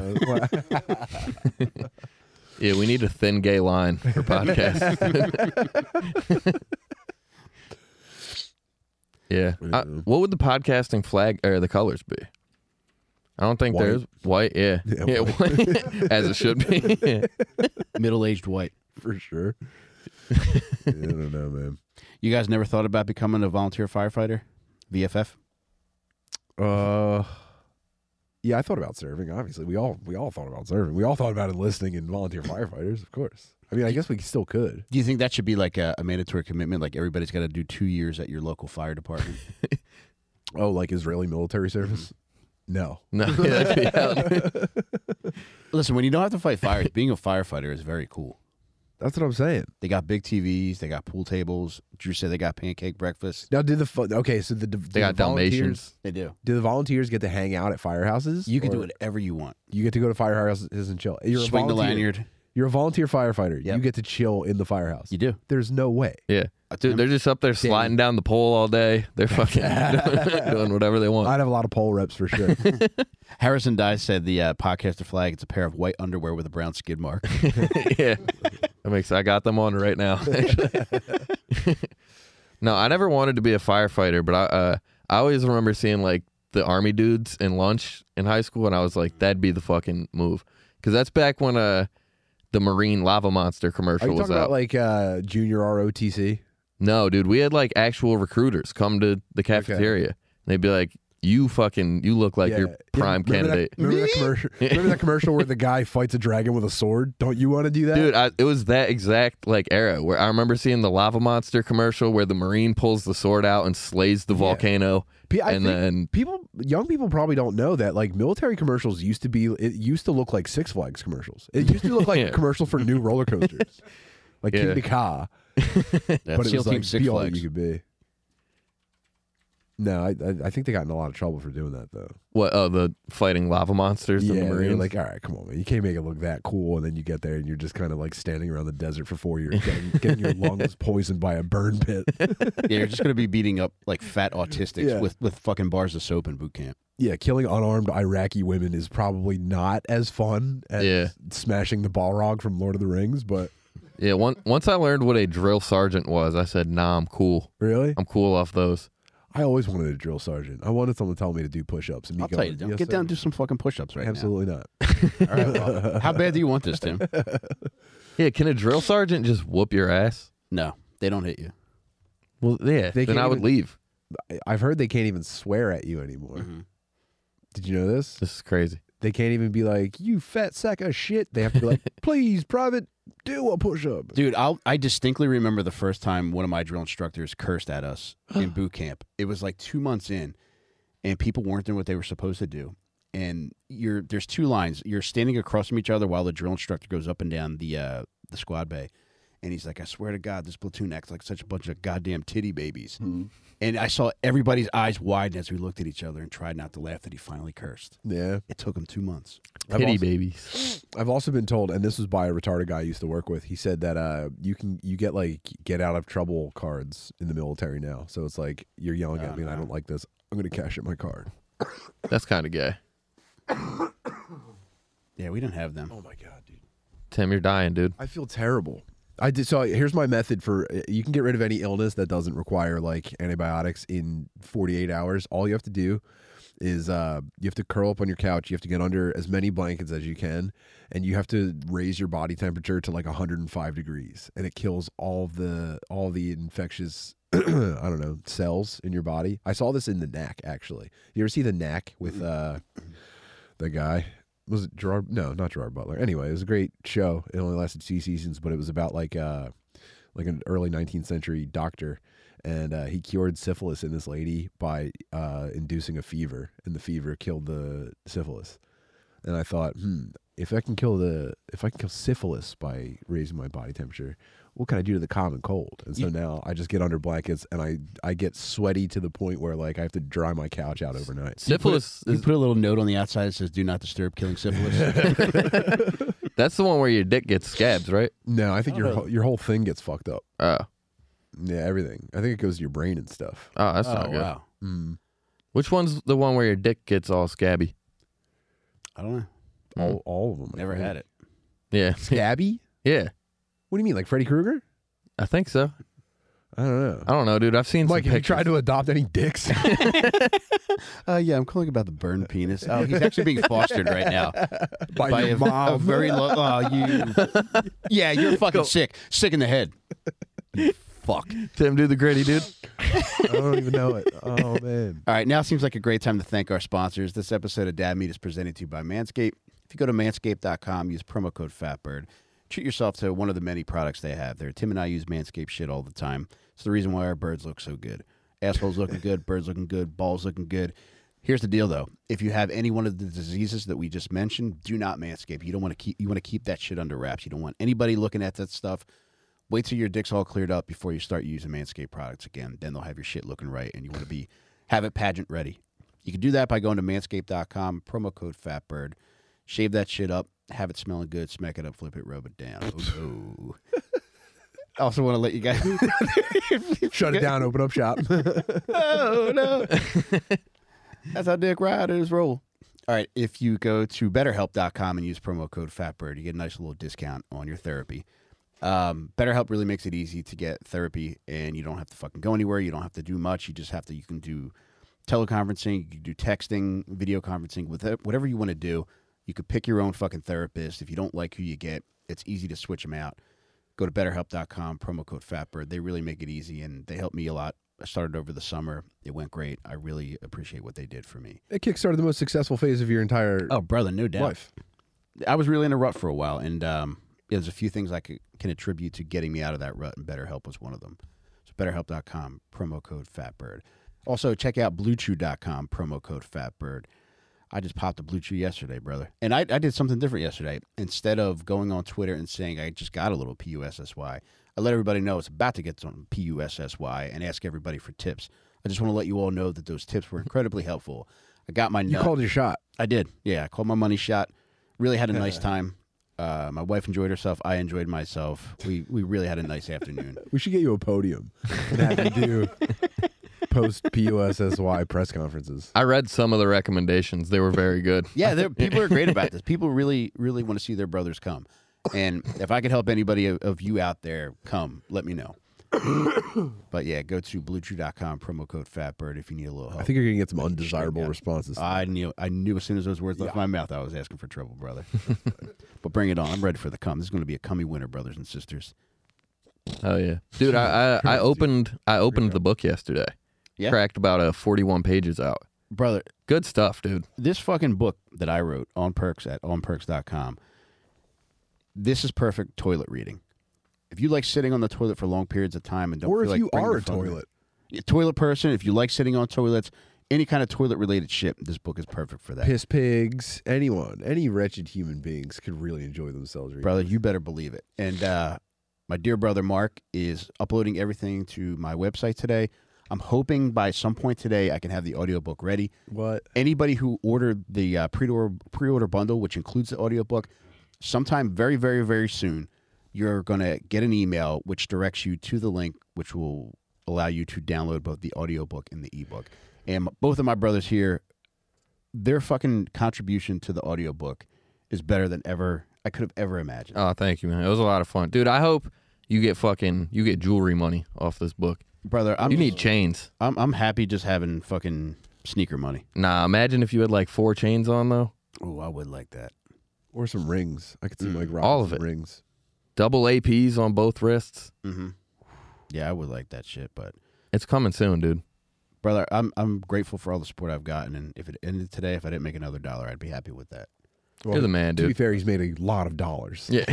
Speaker 2: one.
Speaker 3: Yeah, we need a thin gay line for podcasts. yeah. I- what would the podcasting flag or the colors be? I don't think
Speaker 2: White.
Speaker 3: there's white. Yeah.
Speaker 2: Yeah,
Speaker 3: Yeah, white. as it should be. Yeah.
Speaker 1: Middle aged white.
Speaker 2: for sure. Yeah, I don't know, man.
Speaker 1: You guys never thought about becoming a volunteer firefighter? VFF?
Speaker 2: Uh, yeah, I thought about serving. Obviously, we all we all thought about serving. We all thought about enlisting in volunteer firefighters, of course. I mean, I guess we still could.
Speaker 1: Do you think that should be like a, a mandatory commitment? Like everybody's got to do two years at your local fire department?
Speaker 2: Oh, like Israeli military service? Mm-hmm. No,
Speaker 3: No, yeah, that'd be out.
Speaker 1: Listen, when you don't have to fight fires, being a firefighter is very cool.
Speaker 2: that's what I'm saying.
Speaker 1: They got big TVs, they got pool tables. Drew said they got pancake breakfast.
Speaker 2: Now, did the fu- okay? So the
Speaker 3: they got Dalmatians.
Speaker 1: They do.
Speaker 2: Do the volunteers get to hang out at firehouses?
Speaker 1: You can do
Speaker 2: Or
Speaker 1: whatever you want.
Speaker 2: You get to go to firehouses and chill. You're a
Speaker 1: Swing the
Speaker 2: volunteer.
Speaker 1: lanyard.
Speaker 2: You're a volunteer firefighter.
Speaker 1: Yep.
Speaker 2: You get to chill in the firehouse.
Speaker 1: You do.
Speaker 2: There's no way.
Speaker 3: Yeah. Dude, they're just up there sliding down the pole all day. They're fucking doing, doing whatever they want.
Speaker 2: I'd have a lot of pole reps for sure.
Speaker 1: Harrison Dye said the uh, podcaster flag. It's a pair of white underwear with a brown skid mark.
Speaker 3: yeah, that makes. I got them on right now. Actually. no, I never wanted to be a firefighter, but I uh, I always remember seeing like the army dudes in lunch in high school, and I was like, that'd be the fucking move, because that's back when uh the Marine Lava Monster
Speaker 2: Are
Speaker 3: commercial
Speaker 2: you
Speaker 3: was
Speaker 2: talking
Speaker 3: out.
Speaker 2: about like uh, junior ROTC?
Speaker 3: no, dude, we had like actual recruiters come to the cafeteria, and they'd be like, "You fucking, you look like
Speaker 2: Yeah.
Speaker 3: your prime
Speaker 2: remember
Speaker 3: candidate."
Speaker 2: That, remember, that commercial, remember that commercial where the guy fights a dragon with a sword? Don't you want to do that?
Speaker 3: Dude, I, it was that exact like era where I remember seeing the lava monster commercial where the marine pulls the sword out and slays the volcano,
Speaker 2: P- I
Speaker 3: and
Speaker 2: think
Speaker 3: then
Speaker 2: people, young people probably don't know that like military commercials used to be. It used to look like Six Flags commercials. It used to look like
Speaker 3: Yeah.
Speaker 2: a commercial for new roller coasters, like King
Speaker 3: Yeah.
Speaker 2: to Ka,
Speaker 1: That's
Speaker 2: but it
Speaker 1: SEAL
Speaker 2: was
Speaker 1: Team
Speaker 2: like
Speaker 1: Six
Speaker 2: be all you
Speaker 1: Flags.
Speaker 2: could be. No, I, I I think they got in a lot of trouble for doing that though.
Speaker 3: what? Oh, the fighting lava monsters and
Speaker 2: Yeah,
Speaker 3: the
Speaker 2: they were
Speaker 3: marines.
Speaker 2: like all right, come on, man, you can't make it look that cool, and then you get there and you're just kind of like standing around the desert for four years, getting, getting your lungs poisoned by a burn pit.
Speaker 1: Yeah, you're just gonna be beating up like fat autistics
Speaker 2: Yeah.
Speaker 1: with with fucking bars of soap in boot camp.
Speaker 2: yeah, killing unarmed Iraqi women is probably not as fun as
Speaker 3: Yeah.
Speaker 2: smashing the Balrog from Lord of the Rings, but
Speaker 3: yeah, one, once I learned what a drill sergeant was, I said, "Nah, I'm cool.
Speaker 1: Um,
Speaker 2: really?
Speaker 3: I'm cool off those."
Speaker 2: I always wanted a drill sergeant. I wanted someone to tell me to do push-ups. And me
Speaker 1: I'll
Speaker 2: going,
Speaker 1: tell you, don't
Speaker 2: "Yes,
Speaker 1: get down
Speaker 2: sir."
Speaker 1: and do some fucking push-ups right
Speaker 2: Absolutely not.
Speaker 1: now. All right, well, how bad do you want this, Tim?
Speaker 3: Yeah, can a drill sergeant just whoop your ass?
Speaker 1: No, they don't hit you.
Speaker 3: Well, yeah.
Speaker 2: They
Speaker 3: then
Speaker 2: can't
Speaker 3: I would
Speaker 2: even-
Speaker 3: leave.
Speaker 2: I- I've heard they can't even swear at you anymore.
Speaker 1: Mm-hmm.
Speaker 2: Did you know this?
Speaker 3: This is crazy.
Speaker 2: They can't even be like, "You fat sack of shit." They have to be like, "Please, private, do a push-up."
Speaker 1: Dude, I'll, I distinctly remember the first time one of my drill instructors cursed at us in boot camp. It was like two months in, and people weren't doing what they were supposed to do. And you're there's two lines. You're standing across from each other while the drill instructor goes up and down the uh, the squad bay, and he's like, "I swear to God, this platoon acts like such a bunch of goddamn titty babies."
Speaker 2: Hmm.
Speaker 1: And I saw everybody's eyes widen as we looked at each other and tried not to laugh that he finally cursed.
Speaker 2: Yeah.
Speaker 1: It took him two months.
Speaker 2: I've
Speaker 3: Pity
Speaker 2: also-
Speaker 3: babies.
Speaker 2: I've also been told, and this was by a retarded guy I used to work with. He said that uh, you can you get like get out of trouble cards in the military now. So it's like you're yelling at me, and I don't like this. I'm gonna cash in my card.
Speaker 3: That's kind of gay.
Speaker 1: Yeah, we didn't have them.
Speaker 2: Oh my god, dude!
Speaker 3: Tim, you're dying, dude.
Speaker 2: I feel terrible. I did so. Here's my method for uh, you can get rid of any illness that doesn't require like antibiotics in 48 hours. All you have to do is uh, you have to curl up on your couch. You have to get under as many blankets as you can, and you have to raise your body temperature to like 105 degrees, and it kills all the all the infectious. I don't know cells in your body. I saw this in the knack actually. You ever see the knack with uh, the guy. Was it Gerard? No, not Gerard Butler. Anyway, it was a great show. It only lasted two seasons, but it was about like uh like an early 19th century doctor, and uh, he cured syphilis in this lady by uh, inducing a fever, and the fever killed the syphilis. And I thought, hmm, if I can kill the if I can kill syphilis by raising my body temperature, what can I do to the common cold? And so now I just get under blankets and I I get sweaty to the point where like I have to dry my couch out overnight.
Speaker 3: Syphilis
Speaker 1: You
Speaker 3: is
Speaker 1: put a little note on the outside that says "Do not disturb killing syphilis."
Speaker 3: that's the one where your dick gets scabs, right?
Speaker 2: No, I think
Speaker 1: I don't
Speaker 2: your
Speaker 1: know.
Speaker 2: whole- your whole thing gets fucked up.
Speaker 3: Oh,
Speaker 2: Yeah, everything. I think it goes to your brain and stuff.
Speaker 3: oh, that's
Speaker 1: oh
Speaker 3: not good.
Speaker 1: wow,
Speaker 2: Mm.
Speaker 3: Which one's the one where your dick gets all scabby?
Speaker 1: I don't know.
Speaker 2: All, all of them.
Speaker 1: Hmm. Never had it.
Speaker 3: Yeah,
Speaker 2: Scabby?
Speaker 3: yeah,
Speaker 2: What do you mean, like Freddy Krueger?
Speaker 3: I think so.
Speaker 2: I don't know.
Speaker 3: I don't know, dude. I've seen
Speaker 2: Mike,
Speaker 3: some
Speaker 2: have you
Speaker 3: pictures.
Speaker 2: tried to adopt any dicks?
Speaker 1: Uh, yeah, I'm calling about the burned penis. Oh, he's actually being fostered right now
Speaker 2: By your
Speaker 1: a,
Speaker 2: mom.
Speaker 1: a very low. Oh, you. Yeah, you're fucking sick. Sick in the head. Fuck.
Speaker 3: Tim, do the gritty, dude.
Speaker 2: I don't even know it. Oh man.
Speaker 1: All right, now seems like a great time to thank our sponsors. This episode of Dad Meat is presented to you by Manscaped. If you go to manscaped.com, use promo code FATBIRD. Treat yourself to one of the many products they have there. Tim and I use Manscaped shit all the time. It's the reason why our birds look so good. Assholes looking good, birds looking good, balls looking good. Here's the deal though. If you have any one of the diseases that we just mentioned, do not manscape. You don't want to keep you want to keep that shit under wraps. You don't want anybody looking at that stuff. Wait till your dick's all cleared up before you start using Manscaped products again. Then they'll have your shit looking right and you want to be have it pageant ready. You can do that by going to manscaped.com, promo code fatbird. Shave that shit up, have it smelling good, smack it up, flip it, rub it down. Ooh. I also want to let you guys
Speaker 2: Shut it down. Open up shop.
Speaker 1: oh no. That's how dick riders roll. All right, if you go to betterhelp.com and use promo code fatbird, you get a nice little discount on your therapy. Um, BetterHelp really makes it easy to get therapy and you don't have to fucking go anywhere, you don't have to do much, you just have to you can do teleconferencing, you can do texting, video conferencing, with it- whatever you want to do. You could pick your own fucking therapist. If you don't like who you get, it's easy to switch them out go to betterhelp.com promo code fatbird they really make it easy and they helped me a lot i started over the summer it went great i really appreciate what they did for me
Speaker 2: it kickstarted the most successful phase of your entire
Speaker 1: oh brother no doubt
Speaker 2: life.
Speaker 1: i was really in a rut for a while and um, yeah, there's a few things i c- can attribute to getting me out of that rut and betterhelp was one of them so betterhelp.com promo code fatbird also check out bluechew.com promo code fatbird I just popped a blue chew yesterday, brother. And I, I did something different yesterday. Instead of going on Twitter and saying I just got a little PUSSY, I let everybody know it's about to get some PUSSY and ask everybody for tips. I just want to let you all know that those tips were incredibly helpful. I got my
Speaker 2: You
Speaker 1: nut.
Speaker 2: called your shot.
Speaker 1: I did. Yeah, I called my money shot. Really had a nice time. Uh, my wife enjoyed herself. I enjoyed myself. We we really had a nice afternoon.
Speaker 2: We should get you a podium and have you do post POSSY press conferences.
Speaker 3: I read some of the recommendations. They were very good.
Speaker 1: Yeah, there- people are great about this. People really, really want to see their brothers come. And if I could help anybody of, of you out there come, let me know. but yeah, go to bluechew.com, promo code fatbird if you need a little help.
Speaker 2: I think you're gonna get some undesirable responses.
Speaker 1: I knew I knew as soon as those words left my mouth I was asking for trouble, brother. but bring it on. I'm ready for the cum. This is gonna be a cummy winter, brothers and sisters.
Speaker 3: Oh yeah, dude. I, I, I opened I opened the book yesterday.
Speaker 1: Yeah?
Speaker 3: Cracked about uh, 41 pages out.
Speaker 1: Brother,
Speaker 3: Good stuff, dude.
Speaker 1: this fucking book that I wrote on perks at onperks.com, this is perfect toilet reading. If you like sitting on the toilet for long periods of time and don't feel
Speaker 2: or if
Speaker 1: like
Speaker 2: you
Speaker 1: bringing
Speaker 2: are
Speaker 1: the
Speaker 2: a
Speaker 1: phone-
Speaker 2: toilet,
Speaker 1: Yeah, toilet person, if you like sitting on toilets, any kind of toilet related shit, this book is perfect for that.
Speaker 2: piss pigs, anyone, any wretched human beings could really enjoy themselves. Reading.
Speaker 1: brother you better believe it and uh, my dear brother mark is uploading everything to my website today i'm hoping by some point today i can have the audiobook ready
Speaker 2: What?
Speaker 1: anybody who ordered the uh, pre-order, pre-order bundle which includes the audiobook sometime very very very soon you're going to get an email which directs you to the link which will allow you to download both the audiobook and the ebook and m- both of my brothers here their fucking contribution to the audiobook is better than ever i could have ever imagined
Speaker 3: Oh, thank you, man. It was a lot of fun, dude. I hope you get fucking you get jewelry money off this book.
Speaker 1: brother. I'm
Speaker 3: You need chains.
Speaker 1: I'm I'm happy just having fucking sneaker money.
Speaker 3: Nah, imagine if you had like four chains on though.
Speaker 1: Oh, I would like that.
Speaker 2: Or some rings. I could see like
Speaker 3: Mm, all of
Speaker 2: some
Speaker 3: it.
Speaker 2: rings.
Speaker 3: Double APs on both wrists.
Speaker 1: Mm-hmm. Yeah, I would like that shit. But
Speaker 3: It's coming soon, dude.
Speaker 1: brother, I'm I'm grateful for all the support I've gotten, and if it ended today, if I didn't make another dollar, I'd be happy with that.
Speaker 2: Well,
Speaker 3: You're the man,
Speaker 2: to be
Speaker 3: dude.
Speaker 2: fair, he's made a lot of dollars.
Speaker 3: Yeah.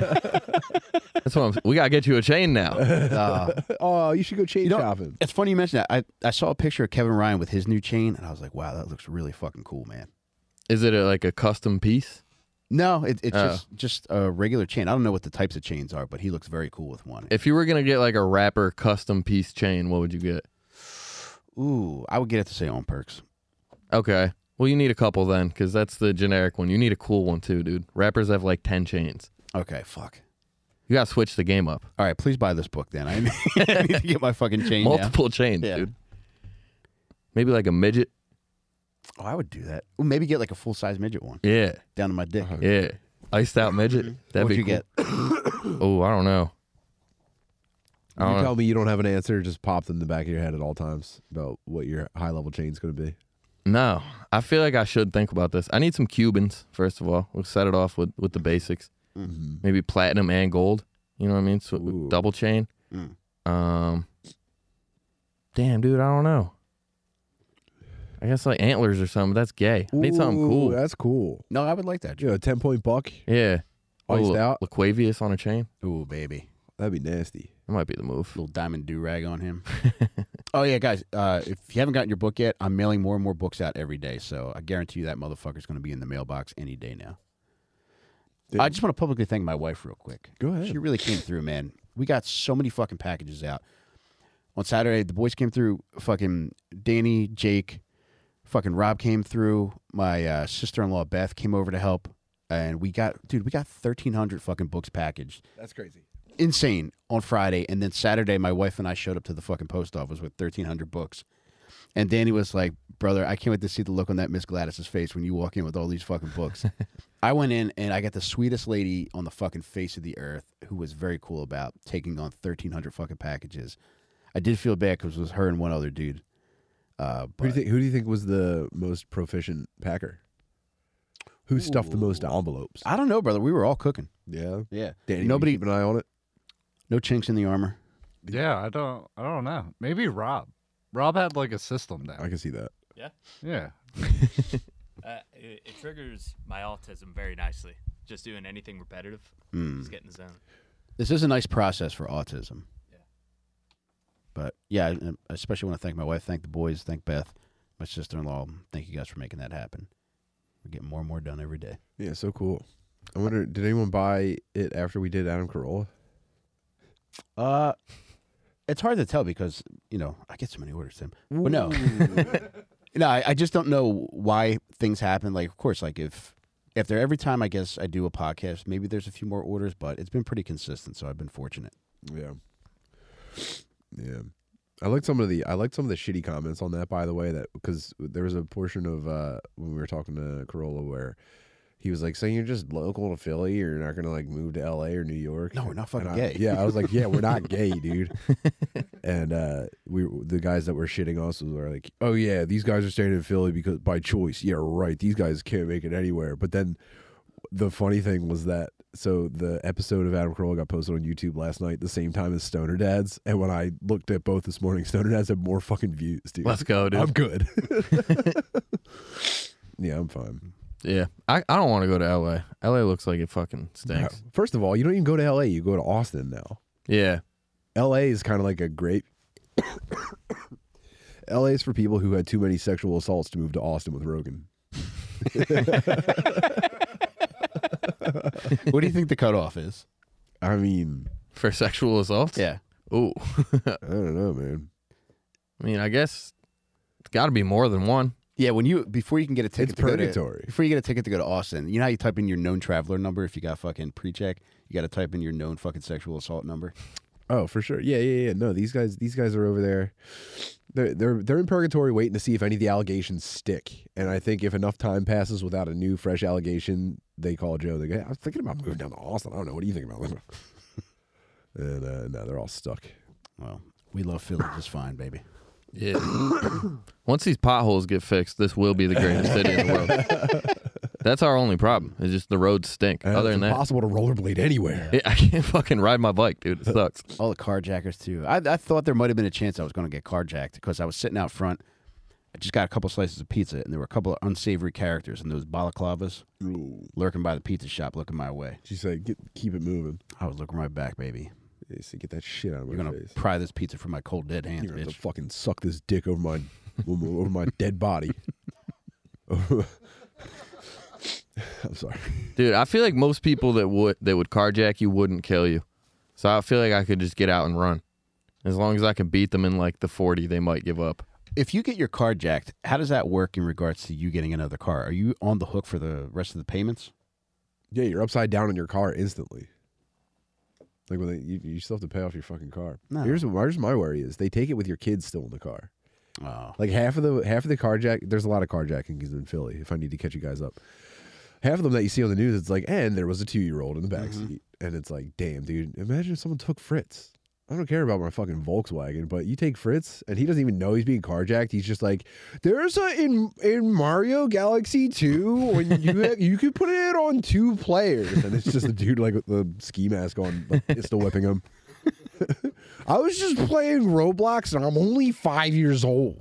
Speaker 3: That's what I'm. We gotta get you a chain now.
Speaker 1: Uh,
Speaker 2: oh, you should go chain
Speaker 1: You know-
Speaker 2: shopping.
Speaker 1: it's funny you mentioned that. I I saw a picture of Kevin Ryan with his new chain, and I was like, wow, that looks really fucking cool, man.
Speaker 3: Is it a, like a custom piece?
Speaker 1: No, it, it's
Speaker 3: Oh.
Speaker 1: just just a regular chain. I don't know what the types of chains are, but he looks very cool with one.
Speaker 3: If you were gonna get like a rapper custom piece chain, what would you get?
Speaker 1: Ooh, I would get it to say on perks.
Speaker 3: Okay. Well, you need a couple then, because that's the generic one. You need a cool one too, dude. Rappers have like ten chains.
Speaker 1: Okay, fuck.
Speaker 3: You gotta switch the game up.
Speaker 1: All right, please buy this book then. I need, I need to get my fucking chain. now.
Speaker 3: Multiple chains,
Speaker 1: Yeah.
Speaker 3: dude. Maybe like a midget.
Speaker 1: Oh, I would do that. Ooh, maybe get like a full size midget one
Speaker 3: Yeah,
Speaker 1: down to my dick.
Speaker 3: yeah. Iced out midget. Uh-huh. That'd
Speaker 1: Mm-hmm. What'd
Speaker 3: be
Speaker 1: you
Speaker 3: cool.
Speaker 1: get?
Speaker 3: Oh, I don't know. I
Speaker 2: you
Speaker 3: don't know.
Speaker 2: tell me you don't have an answer, just pop them in the back of your head at all times about what your high level chain's going to be.
Speaker 3: No, I feel like I should think about this. I need some Cubans first of all. We'll set it off with with the basics. Maybe platinum and gold. You know what I mean? So
Speaker 2: Mm-hmm. Ooh.
Speaker 3: double chain.
Speaker 1: Mm.
Speaker 3: Um. Damn, dude, I don't know. I guess like antlers or something. But that's gay. I need something
Speaker 2: Ooh,
Speaker 3: cool.
Speaker 2: That's cool.
Speaker 1: No, I would like that.
Speaker 2: You know, a 10 point buck.
Speaker 3: Yeah.
Speaker 2: Iced
Speaker 3: oh,
Speaker 2: out.
Speaker 3: Laquavius on a chain.
Speaker 1: Ooh, baby.
Speaker 2: That'd be nasty.
Speaker 3: That might be the move.
Speaker 1: Little diamond do rag on him. oh yeah, guys. Uh, if you haven't gotten your book yet, I'm mailing more and more books out every day. So I guarantee you that motherfucker's going to be in the mailbox any day now.
Speaker 2: Dude.
Speaker 1: I just want to publicly thank my wife real quick.
Speaker 2: Go ahead.
Speaker 1: She really came through, man. We got so many fucking packages out. On Saturday, the boys came through. Fucking Danny, Jake, fucking Rob came through. My uh, sister in law Beth came over to help, and we got dude, we got thirteen hundred fucking books packaged.
Speaker 2: That's crazy.
Speaker 1: Insane on Friday, and then Saturday, my wife and I showed up to the fucking post office with thirteen hundred books. And Danny was like, "Brother, I can't wait to see the look on that Miss Gladys's face when you walk in with all these fucking books." I went in and I got the sweetest lady on the fucking face of the earth who was very cool about taking on 1,300 fucking packages. I did feel bad because it was her and one other dude. Uh,
Speaker 2: Who do, you
Speaker 1: but-
Speaker 2: think, who do you think was the most proficient packer? Who stuffed the most envelopes?
Speaker 1: I don't know, brother. We were all cooking.
Speaker 2: Yeah.
Speaker 1: Yeah.
Speaker 2: Danny,
Speaker 1: Nobody-
Speaker 2: nobody keep an eye on it.
Speaker 1: No chinks in the armor.
Speaker 4: Yeah, I don't. I don't know. Maybe Rob. Rob had like a system
Speaker 2: I
Speaker 4: down.
Speaker 2: can see that.
Speaker 4: Yeah.
Speaker 5: Uh, it, it triggers my autism very nicely. Just doing anything repetitive, just get in the zone.
Speaker 1: This is a nice process for autism. But yeah, I I especially want to thank my wife, thank the boys, thank Beth, my sister in law. Thank you guys for making that happen. We're getting more and more done every day.
Speaker 2: Yeah, so cool. I wonder, did anyone buy it after we did Adam Carolla?
Speaker 1: Uh, it's hard to tell because you know I get so many orders, Tim. But no, no, I, I just don't know why things happen. Like, of course, like if if they're every time, I guess I do a podcast. Maybe there's a few more orders, but it's been pretty consistent, so I've been fortunate.
Speaker 2: Yeah. Yeah. I like some of the I like some of the shitty comments on that by the way that because there was a portion of uh when we were talking to Corolla where He was like, "So you're just local to Philly? You're not gonna like move to L.A. or New York?"
Speaker 1: No, we're not
Speaker 2: And
Speaker 1: fucking
Speaker 2: I-
Speaker 1: gay.
Speaker 2: Yeah, I was like, "Yeah, we're not gay, dude." and uh, we the guys that were shitting us were like, "Oh yeah, these guys are staying in Philly because by choice." Yeah, right. These guys can't make it anywhere. But then the funny thing was that so the episode of Adam Carolla got posted on YouTube last night, the same time as Stoner Dads. And when I looked at both this morning, Stoner Dads had more fucking views, dude.
Speaker 3: Let's go, dude.
Speaker 2: I'm good. yeah, I'm fine.
Speaker 3: yeah, I, I don't want to go to LA. LA looks like it fucking stinks.
Speaker 2: First of all, you don't even go to LA, you go to Austin now.
Speaker 3: Yeah,
Speaker 2: LA is kind of like a great. LA is for people who had too many sexual assaults to move to Austin with Rogan.
Speaker 1: what do you think the cutoff is?
Speaker 2: I mean,
Speaker 3: for sexual assault.
Speaker 1: Yeah.
Speaker 3: Ooh.
Speaker 2: I don't know, man.
Speaker 3: I mean, I guess it's got to be more than one.
Speaker 1: Yeah, when you before you can get a ticket
Speaker 2: It's
Speaker 1: to go to-
Speaker 2: purgatory.
Speaker 1: before you get a ticket to go to Austin, you know how you type in your known traveler number if you got fucking pre-check, you got to type in your known fucking sexual assault number.
Speaker 2: Oh, for sure. Yeah, yeah, yeah. No, these guys, these guys are over there. They're they're they're in purgatory, waiting to see if any of the allegations stick. And I think if enough time passes without a new fresh allegation, they call Joe. They go, "Hey, "I was thinking about moving down to Austin. I don't know. What do you think about that?" and uh, no, they're all stuck.
Speaker 1: Well, we love Philly just fine, baby.
Speaker 3: Yeah. Once these potholes get fixed, this will be the greatest city in the world. That's our only problem. It's just the roads stink.
Speaker 2: And
Speaker 3: Other
Speaker 2: it's
Speaker 3: than that,
Speaker 2: impossible to rollerblade anywhere.
Speaker 3: Yeah, I can't fucking ride my bike, dude. It sucks.
Speaker 1: All the carjackers too. I, I thought there might have been a chance I was going to get carjacked because I was sitting out front. I just got a couple slices of pizza, and there were a couple of unsavory characters in those balaclavas lurking by the pizza shop, looking my way.
Speaker 2: She said, "Get keep it moving."
Speaker 1: I was looking right back, baby.
Speaker 2: They said, "Get that shit out of my
Speaker 1: You're gonna
Speaker 2: face."
Speaker 1: pry this pizza from my cold dead hands,
Speaker 2: You're gonna have
Speaker 1: bitch.
Speaker 2: to fucking suck this dick over my over my dead body. I'm sorry.
Speaker 3: Dude, I feel like most people that would that would carjack you wouldn't kill you. So I feel like I could just get out and run. As long as I can beat them in like the 40, they might give up.
Speaker 1: If you get your car jacked, how does that work in regards to you getting another car? Are you on the hook for the rest of the payments?
Speaker 2: Yeah, you're upside down in your car instantly. Like when they, you, you still have to pay off your fucking car.
Speaker 1: No.
Speaker 2: Here's what here's my worry is they take it with your kids still in the car.
Speaker 1: Oh,
Speaker 2: Like half of the half of the carjack. There's a lot of carjackings in Philly. If I need to catch you guys up, half of them that you see on the news, it's like, and there was a two year old in the backseat, and it's like, damn, dude, imagine if someone took Fritz. I don't care about my fucking Volkswagen, but you take Fritz, and he doesn't even know he's being carjacked. He's just like, "There's a in in Mario Galaxy Two when you have, you could put it on two players, and it's just a dude like with the ski mask on, like, pistol whipping him." I was just playing Roblox, and I'm only five years old.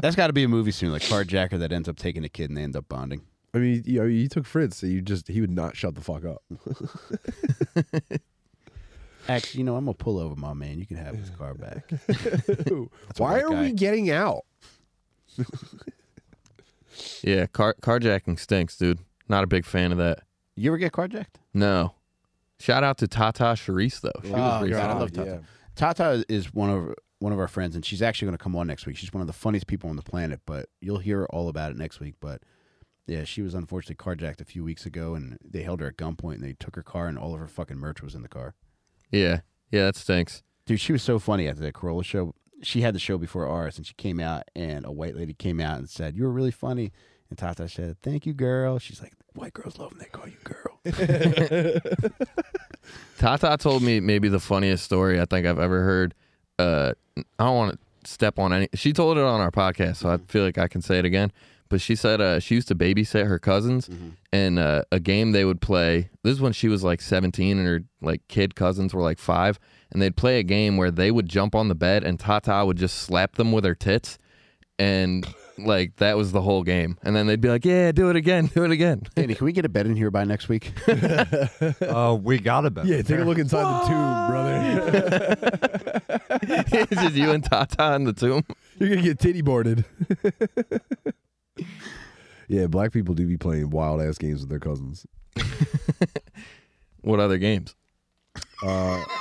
Speaker 1: that's got to be a movie soon, like carjacker that ends up taking a kid and they end up bonding.
Speaker 2: I mean, you know, you took Fritz, so you just he would not shut the fuck up.
Speaker 1: Actually, you know, I'm gonna pull over my man. You can have his car back. white
Speaker 2: Why are we
Speaker 1: guy.
Speaker 2: getting out?
Speaker 3: Yeah, car carjacking stinks, dude. Not a big fan of that.
Speaker 1: You ever get carjacked?
Speaker 3: No. Shout out to Tata Sharice though. She was
Speaker 1: Oh,
Speaker 3: pretty
Speaker 1: God, I
Speaker 3: solid.
Speaker 1: love Tata. Tata is one of one of our friends, and she's actually going to come on next week. She's one of the funniest people on the planet, but you'll hear all about it next week. But yeah, she was unfortunately carjacked a few weeks ago, and they held her at gunpoint, and they took her car, and all of her fucking merch was in the car.
Speaker 3: Yeah. Yeah, that stinks.
Speaker 1: Dude, she was so funny at the Corolla show. She had the show before ours, and she came out, and a white lady came out and said, "You were really funny." And Tata said, "Thank you, girl." She's like, "White girls love when they call you girl."
Speaker 3: Tata told me maybe the funniest story I think I've ever heard. Uh, I don't want to step on any. She told it on our podcast, so I feel like I can say it again. But she said uh, she used to babysit her cousins, and uh, a game they would play. This is when she was like 17, and her like kid cousins were like five, and they'd play a game where they would jump on the bed, and Tata would just slap them with her tits, and like that was the whole game. And then they'd be like, "Yeah, do it again, do it again."
Speaker 1: Danny, can we get a bed in here by next week?
Speaker 4: Uh, we got a bet.
Speaker 2: Yeah, take a look inside the tomb, brother.
Speaker 3: it's just you and Tata in the tomb.
Speaker 2: You're gonna get titty boarded. yeah, black people do be playing wild ass games with their cousins.
Speaker 3: What other games?
Speaker 2: Uh,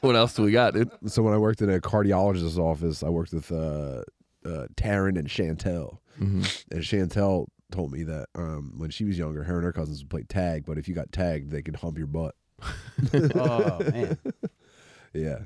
Speaker 3: What else do we got, dude?
Speaker 2: so when I worked in a cardiologist's office, I worked with uh, uh, Taryn and Chantel,
Speaker 1: Mm-hmm.
Speaker 2: and Chantel told me that um, when she was younger, her and her cousins would play tag, but if you got tagged, they could hump your butt.
Speaker 1: oh man,
Speaker 2: Yeah,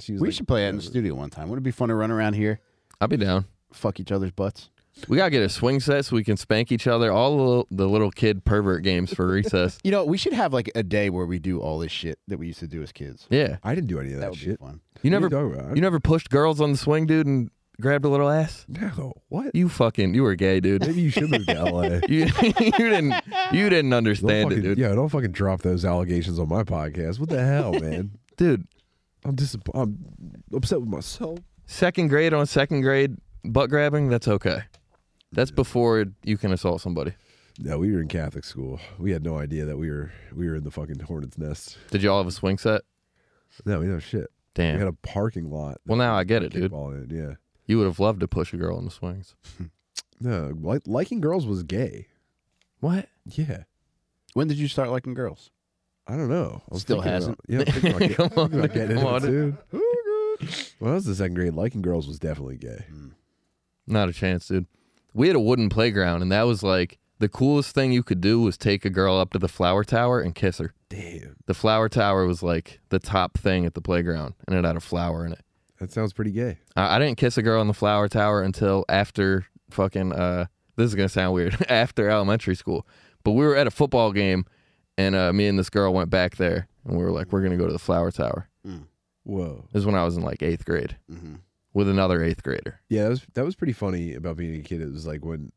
Speaker 2: she was.
Speaker 1: we
Speaker 2: like,
Speaker 1: should play that in the studio one time. Would it be fun to run around here?
Speaker 3: I'll be down.
Speaker 1: fuck each other's butts.
Speaker 3: We gotta get a swing set so we can spank each other. All the little, the little kid pervert games for recess.
Speaker 1: You know, we should have like a day where we do all this shit that we used to do as kids.
Speaker 3: Yeah,
Speaker 2: I didn't do any of that,
Speaker 1: That would be
Speaker 2: shit.
Speaker 1: fun.
Speaker 3: you
Speaker 2: What are
Speaker 3: never
Speaker 2: you talking about?
Speaker 3: you never pushed girls on the swing, dude, and grabbed a little ass.
Speaker 2: no, what?
Speaker 3: You fucking you were gay, dude.
Speaker 2: Maybe you should move to LA. Don't
Speaker 3: You, you didn't you didn't understand it,
Speaker 2: fucking-
Speaker 3: dude.
Speaker 2: Yeah, don't fucking drop those allegations on my podcast. What the hell, man?
Speaker 3: Dude,
Speaker 2: I'm disappointed. I'm upset with myself.
Speaker 3: second grade on second grade butt grabbing, that's okay. That's before you can assault somebody.
Speaker 2: No, we were in Catholic school. We had no idea that we were we were in the fucking hornet's nest.
Speaker 3: Did y'all have a swing set?
Speaker 2: No, we know shit. We had
Speaker 3: Damn.
Speaker 2: a parking lot.
Speaker 3: Well, now I get it, dude.
Speaker 2: Kickball in it, yeah.
Speaker 3: You would have loved to push a girl on the swings.
Speaker 2: No, like, liking girls was gay.
Speaker 3: What?
Speaker 2: Yeah.
Speaker 1: When did you start liking girls?
Speaker 2: I don't know. I was
Speaker 1: Still
Speaker 2: thinking
Speaker 1: hasn't.
Speaker 2: about- yeah, I'm thinking about get-
Speaker 3: Come
Speaker 2: I'm thinking about
Speaker 3: on,
Speaker 2: getting
Speaker 3: come
Speaker 2: into it
Speaker 3: on.
Speaker 2: too. When I was in second grade, liking girls was definitely gay.
Speaker 3: Mm. Not a chance, dude. We had a wooden playground, and that was like the coolest thing you could do was take a girl up to the flower tower and kiss her.
Speaker 2: Damn.
Speaker 3: The flower tower was like the top thing at the playground, and it had a flower in it.
Speaker 2: That sounds pretty gay.
Speaker 3: I, I didn't kiss a girl on the flower tower until after fucking. Uh, this is gonna sound weird. after elementary school, but we were at a football game, and uh, me and this girl went back there, and we were like, "We're gonna go to the flower tower."
Speaker 2: Whoa.
Speaker 3: This is when I was in like eighth grade
Speaker 1: Mm-hmm.
Speaker 3: with another eighth grader.
Speaker 2: Yeah, that was that was pretty funny about being a kid. It was like when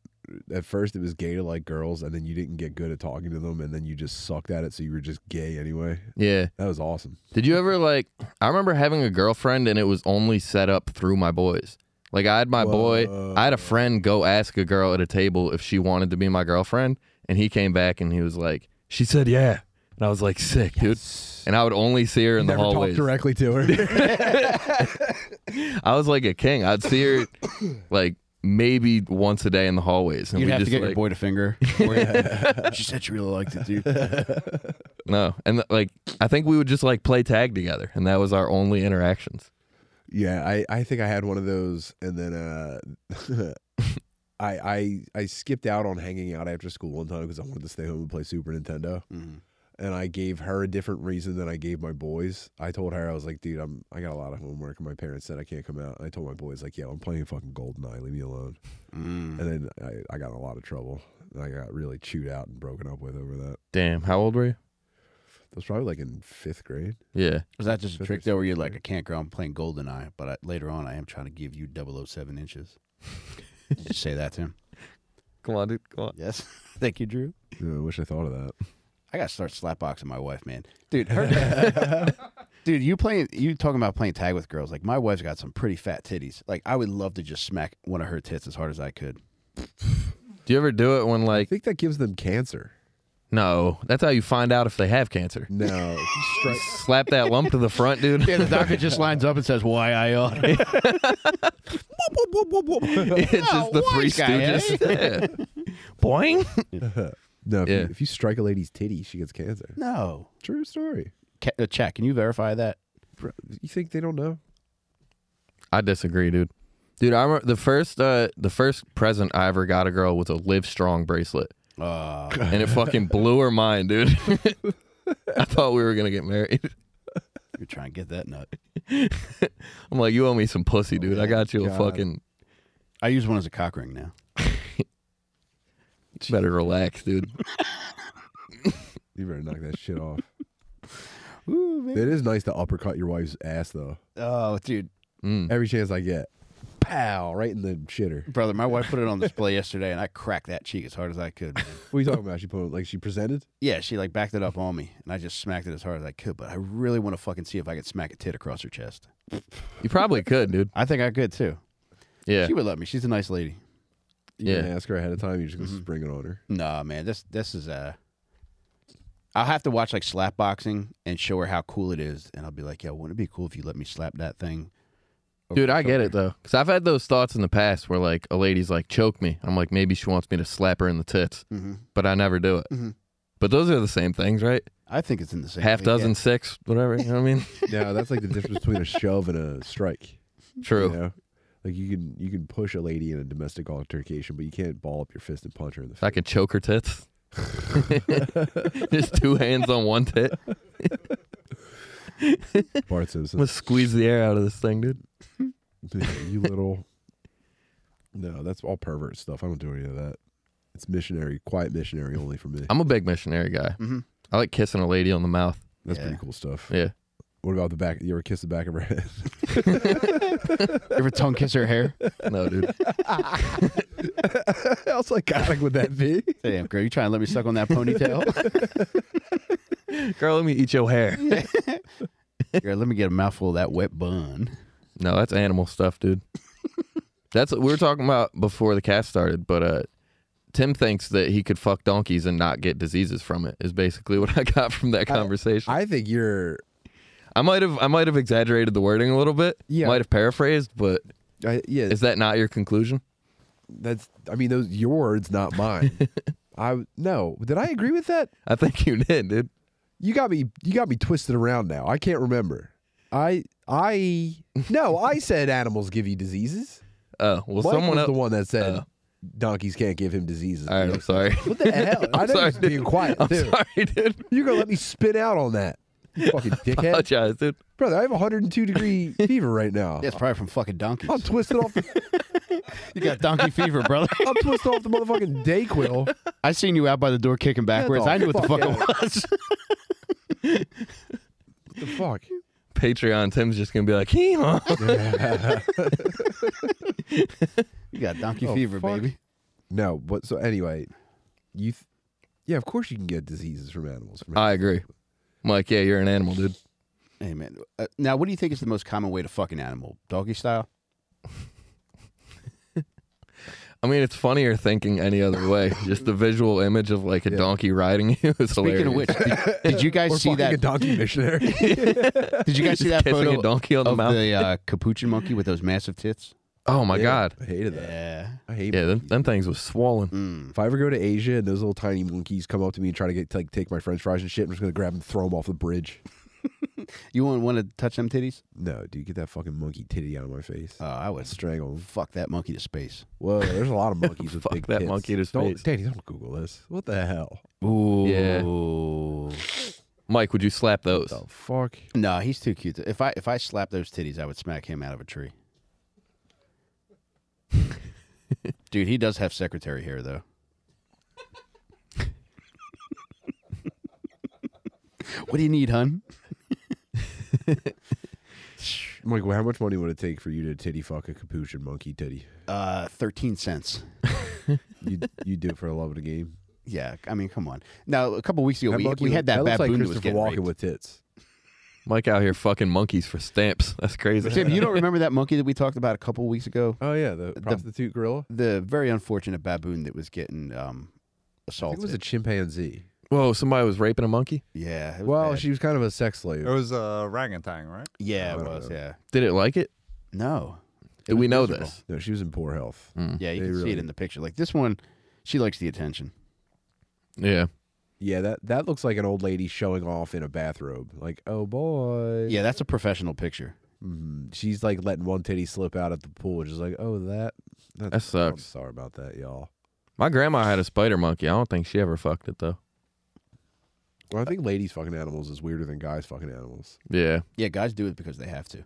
Speaker 2: at first it was gay to like girls, and then you didn't get good at talking to them, and then you just sucked at it, so you were just gay anyway.
Speaker 3: Yeah.
Speaker 2: That was awesome.
Speaker 3: Did you ever like? I remember having a girlfriend, and it was only set up through my boys. Like I had my boy, I had a friend go ask a girl at a table if she wanted to be my girlfriend, and he came back and he was like, "She said yeah," and I was like, "Sick, dude." And I would only see her in the
Speaker 2: Never talked
Speaker 3: hallways.
Speaker 2: directly to her.
Speaker 3: I was like a king. I'd see her like maybe once a day in the hallways, and
Speaker 1: You'd
Speaker 3: we
Speaker 1: have
Speaker 3: just
Speaker 1: to get your
Speaker 3: like
Speaker 1: boy to finger. Or- she said she really liked it, dude. Mm-hmm.
Speaker 3: no, and like I think we would just like play tag together, and that was our only interactions.
Speaker 2: yeah, I I think I had one of those, and then uh. I, I I skipped out on hanging out after school one time because I wanted to stay home and play Super Nintendo.
Speaker 1: Mhm.
Speaker 2: and I gave her a different reason than I gave my boys. I told her I was like, dude, I'm I got a lot of homework, and my parents said I can't come out. And I told my boys like, yeah, I'm playing fucking GoldenEye, leave me alone.
Speaker 1: Mm.
Speaker 2: And then I, I got in a lot of trouble. And I got really chewed out and broken up with over that.
Speaker 3: Damn, how old were you?
Speaker 2: That was probably like in fifth grade.
Speaker 3: Yeah.
Speaker 1: Was that just a
Speaker 2: Fifth
Speaker 1: trick
Speaker 2: or
Speaker 1: though, where you're
Speaker 2: sixth
Speaker 1: like,
Speaker 2: grade.
Speaker 1: I can't grow. I'm playing Goldeneye, but I, later on, I am trying to give you 007 inches. Did you say that to him?
Speaker 3: Come on, dude. Come on.
Speaker 1: Yes. Thank you, Drew.
Speaker 2: Yeah, I wish I thought of that.
Speaker 1: I gotta start slapboxing my wife, man. Dude, her, dude, you playing? You talking about playing tag with girls? Like my wife's got some pretty fat titties. Like I would love to just smack one of her tits as hard as I could.
Speaker 3: Do you ever do it when
Speaker 2: I
Speaker 3: like
Speaker 2: think that gives them cancer.
Speaker 3: no? That's how you find out if they have cancer.
Speaker 2: No, if you strike.
Speaker 3: Slap that lump to the front, dude.
Speaker 1: Yeah, the doctor just lines up and says, "Why I ought."
Speaker 3: it's just the
Speaker 1: Oh,
Speaker 3: three
Speaker 1: white guy, eh?
Speaker 3: stooges. Yeah. Boing.
Speaker 2: No, if,
Speaker 3: Yeah.
Speaker 2: you, if you strike a lady's titty, she gets cancer.
Speaker 1: no,
Speaker 2: True story.
Speaker 1: Ca- uh, Chat, can you verify that?
Speaker 2: Bro, You think they don't know?
Speaker 3: I disagree, dude. Dude, I remember the first uh, the first present I ever got a girl was a Live Strong bracelet,
Speaker 1: Uh,
Speaker 3: and it fucking blew her mind, dude. I thought we were gonna get married.
Speaker 1: you're trying to get that nut.
Speaker 3: I'm like, you owe me some pussy, dude. I got you a
Speaker 2: God.
Speaker 3: fucking.
Speaker 1: I use one as a cock ring now.
Speaker 3: You better relax, dude.
Speaker 2: You better knock that shit off.
Speaker 1: Ooh, man.
Speaker 2: It is nice to uppercut your wife's ass though.
Speaker 1: Oh, dude,
Speaker 3: Mm.
Speaker 2: Every chance I get, pow, right in the shitter.
Speaker 1: brother, my wife put it on display yesterday, and I cracked that cheek as hard as I could. man.
Speaker 2: What are you talking about? She put like she presented.
Speaker 1: Yeah, she like backed it up on me, and I just smacked it as hard as I could. But I really want to fucking see if I could smack a tit across her chest.
Speaker 3: You probably could, dude.
Speaker 1: I think I could too.
Speaker 3: Yeah.
Speaker 1: She would let me. She's a nice lady.
Speaker 2: You yeah.
Speaker 3: Yeah.
Speaker 2: ask her ahead of time. You're just gonna spring it on her.
Speaker 1: Nah, man, this this is Uh, I'll have to watch like slap boxing and show her how cool it is, and I'll be like, "Yo, wouldn't it be cool if you let me slap that thing?" over
Speaker 3: Dude,
Speaker 1: your
Speaker 3: I get
Speaker 1: shoulder?"
Speaker 3: it though, because I've had those thoughts in the past where like a lady's like choke me. I'm like maybe she wants me to slap her in the tits,
Speaker 1: Mhm.
Speaker 3: but I never do it.
Speaker 2: Mm-hmm.
Speaker 1: Mhm.
Speaker 3: But those are the same things, right?
Speaker 1: I think it's in the same
Speaker 3: Half
Speaker 1: yeah.
Speaker 3: dozen, six, whatever. You know what I mean?
Speaker 2: Now that's like the difference between a shove and a strike.
Speaker 3: True.
Speaker 2: You know? Like you can you can push a lady in a domestic altercation, but you can't ball up your fist and punch her in the
Speaker 3: If I could choke her tits, just two hands on one tit, I'm
Speaker 2: face. Bart Simpson.
Speaker 3: gonna squeeze the air out of this thing, dude.
Speaker 2: you little No, that's all pervert stuff. I don't do any of that. It's missionary, quiet missionary only for me.
Speaker 3: I'm a big missionary guy.
Speaker 1: Mhm.
Speaker 3: I like kissing a lady on the mouth.
Speaker 2: That's
Speaker 1: Yeah.
Speaker 2: pretty cool stuff.
Speaker 3: Yeah.
Speaker 2: What about the back? You ever kiss the back of her head?
Speaker 1: You ever tongue kiss her hair?
Speaker 3: No, dude.
Speaker 2: How psychotic would that be?
Speaker 1: Damn, girl, you trying to let me suck on that ponytail?
Speaker 3: Girl, let me eat your hair.
Speaker 1: Here, let me get a mouthful of that wet bun.
Speaker 3: No, that's animal stuff, dude. that's we were talking about before the cast started, but uh Tim thinks that he could fuck donkeys and not get diseases from it. Is basically what I got from that conversation. I,
Speaker 2: I think you're.
Speaker 3: might have I might have exaggerated the wording a little bit.
Speaker 2: Yeah.
Speaker 3: Might have paraphrased, but
Speaker 2: I, yeah,
Speaker 3: is that not your conclusion?
Speaker 2: that's. I mean, those your words, not mine. I no. Did I agree with that?
Speaker 3: I think you did, dude.
Speaker 2: You got me. You got me twisted around now. I can't remember. I I no. I said animals give you diseases.
Speaker 3: Oh, well
Speaker 2: Mike
Speaker 3: someone
Speaker 2: was
Speaker 3: else
Speaker 2: the one that said
Speaker 3: Oh.
Speaker 2: donkeys can't give him diseases.
Speaker 3: All right, I'm sorry.
Speaker 2: What the hell? I know
Speaker 3: sorry,
Speaker 2: you're just being
Speaker 3: dude.
Speaker 2: quiet
Speaker 3: I'm
Speaker 2: too.
Speaker 3: sorry, dude.
Speaker 2: You're gonna let me spit out on that, you fucking dickhead,
Speaker 3: Apologize, dude.
Speaker 2: brother. I have 102 degree fever right now.
Speaker 1: That's probably from fucking donkeys.
Speaker 2: I'm twisted off. The,
Speaker 1: You got donkey fever, brother.
Speaker 2: I'm twisted off the motherfucking Dayquil.
Speaker 1: I seen you out by the door kicking backwards.
Speaker 2: the
Speaker 1: I knew what the
Speaker 2: fuck
Speaker 1: fuck
Speaker 2: out.
Speaker 1: it was.
Speaker 2: What the fuck?
Speaker 3: Patreon Tim's just gonna be like, hee huh.
Speaker 1: You got donkey
Speaker 2: Oh,
Speaker 1: fever,
Speaker 2: fuck.
Speaker 1: baby.
Speaker 2: No, but so anyway, you. Th- yeah, of course you can get diseases from animals. From
Speaker 3: I agree. I'm like, yeah, you're an animal, dude.
Speaker 1: Hey, man. Uh, now, what do you think is the most common way to fuck an animal? Doggy style?
Speaker 3: I mean, it's funnier thinking any other way. Just the visual image of like a donkey riding you is
Speaker 1: Speaking
Speaker 3: hilarious.
Speaker 1: of which, did, did you guys
Speaker 2: or
Speaker 1: see
Speaker 2: fucking a
Speaker 1: that?
Speaker 2: donkey missionary.
Speaker 1: Did you guys see that
Speaker 3: Just kissing
Speaker 1: photo
Speaker 3: a donkey on the
Speaker 1: of
Speaker 3: mouth.
Speaker 1: the uh, capuchin monkey with those massive tits?
Speaker 3: oh my god,
Speaker 2: I hated that.
Speaker 1: Yeah.
Speaker 2: I hate.
Speaker 3: yeah, them, them things was swollen.
Speaker 1: Mm.
Speaker 2: If I ever go to Asia and those little tiny monkeys come up to me and try to get to, like take my French fries and shit, I'm just gonna grab them, and throw them off the bridge.
Speaker 1: You wouldn't want to touch them titties?
Speaker 2: No, dude, get that fucking monkey titty out of my face.
Speaker 1: Oh, I would
Speaker 2: Strangle him.
Speaker 1: fuck that monkey to space.
Speaker 2: Whoa, there's a lot of monkeys with
Speaker 3: Fuck
Speaker 2: big
Speaker 3: that
Speaker 2: tits.
Speaker 3: monkey in his
Speaker 2: don't,
Speaker 3: face.
Speaker 2: Danny, don't Google this. What the hell?
Speaker 1: Ooh.
Speaker 3: Yeah. Mike, would you slap those?
Speaker 2: The fuck?
Speaker 1: No, he's too cute. If I if I slapped those titties, I would smack him out of a tree. Dude, he does have secretary hair though. what do you need, hun?
Speaker 2: I'm like, well, how much money would it take for you to titty fuck a capuchin monkey titty?
Speaker 1: Uh, thirteen cents.
Speaker 2: You you do it for the love of the game.
Speaker 1: Yeah, I mean, come on. Now, a couple weeks ago,
Speaker 2: That
Speaker 1: we,
Speaker 2: monkey
Speaker 1: we
Speaker 2: look-
Speaker 1: had that,
Speaker 2: looks like
Speaker 1: baboon that was
Speaker 2: Christopher
Speaker 1: getting
Speaker 2: Walken
Speaker 1: raped.
Speaker 2: with tits.
Speaker 3: Mike out here fucking monkeys for stamps. That's crazy.
Speaker 1: Tim, you don't remember that monkey that we talked about a couple weeks ago?
Speaker 2: Oh yeah, the prostitute gorilla.
Speaker 1: The very unfortunate baboon that was getting um,
Speaker 2: I
Speaker 1: assaulted.
Speaker 2: think it was a chimpanzee.
Speaker 3: Whoa, somebody was raping a monkey.
Speaker 1: yeah. It was
Speaker 2: Well,
Speaker 1: bad. Oh.
Speaker 2: she was kind of a sex slave.
Speaker 4: It was a uh, orangutan, right?
Speaker 1: Yeah,
Speaker 2: I
Speaker 1: it
Speaker 2: don't
Speaker 1: was.
Speaker 2: know.
Speaker 1: Yeah.
Speaker 3: Did it like it?
Speaker 1: No.
Speaker 3: Do we know this?
Speaker 2: No, she was in poor health.
Speaker 1: Yeah, you
Speaker 2: They
Speaker 1: can see it
Speaker 2: really-
Speaker 1: in the picture. Like this one, she likes the attention.
Speaker 3: Yeah.
Speaker 2: Yeah, that that looks like an old lady showing off in a bathrobe. Like, oh boy.
Speaker 1: Yeah, that's a professional picture.
Speaker 2: Mhm. She's like letting one titty slip out at the pool, just like, oh that. That's,
Speaker 3: That
Speaker 2: I'm
Speaker 3: sucks.
Speaker 2: sorry about that, y'all.
Speaker 3: My grandma had a spider monkey. I don't think she ever fucked it though.
Speaker 2: Well, I think ladies fucking animals is weirder than guys fucking animals.
Speaker 3: Yeah.
Speaker 1: Yeah, guys do it because they have to.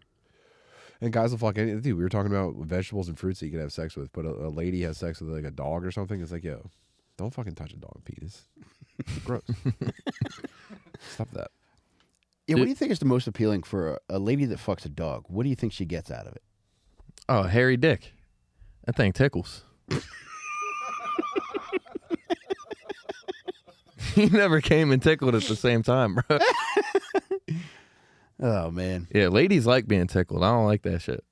Speaker 2: And guys will fuck any dude. We were talking about vegetables and fruits that you could have sex with, but a, a lady has sex with like a dog or something. It's like, yo, don't fucking touch a dog penis. Gross. Stop that.
Speaker 1: Yeah, what
Speaker 3: Dude-
Speaker 1: do you think is the most appealing for a, a lady that fucks a dog? What do you think she gets out of it?
Speaker 3: Oh, hairy dick. That thing tickles. he never came and tickled at the same time, bro.
Speaker 1: Oh man,
Speaker 3: Yeah, ladies like being tickled. I don't like that shit.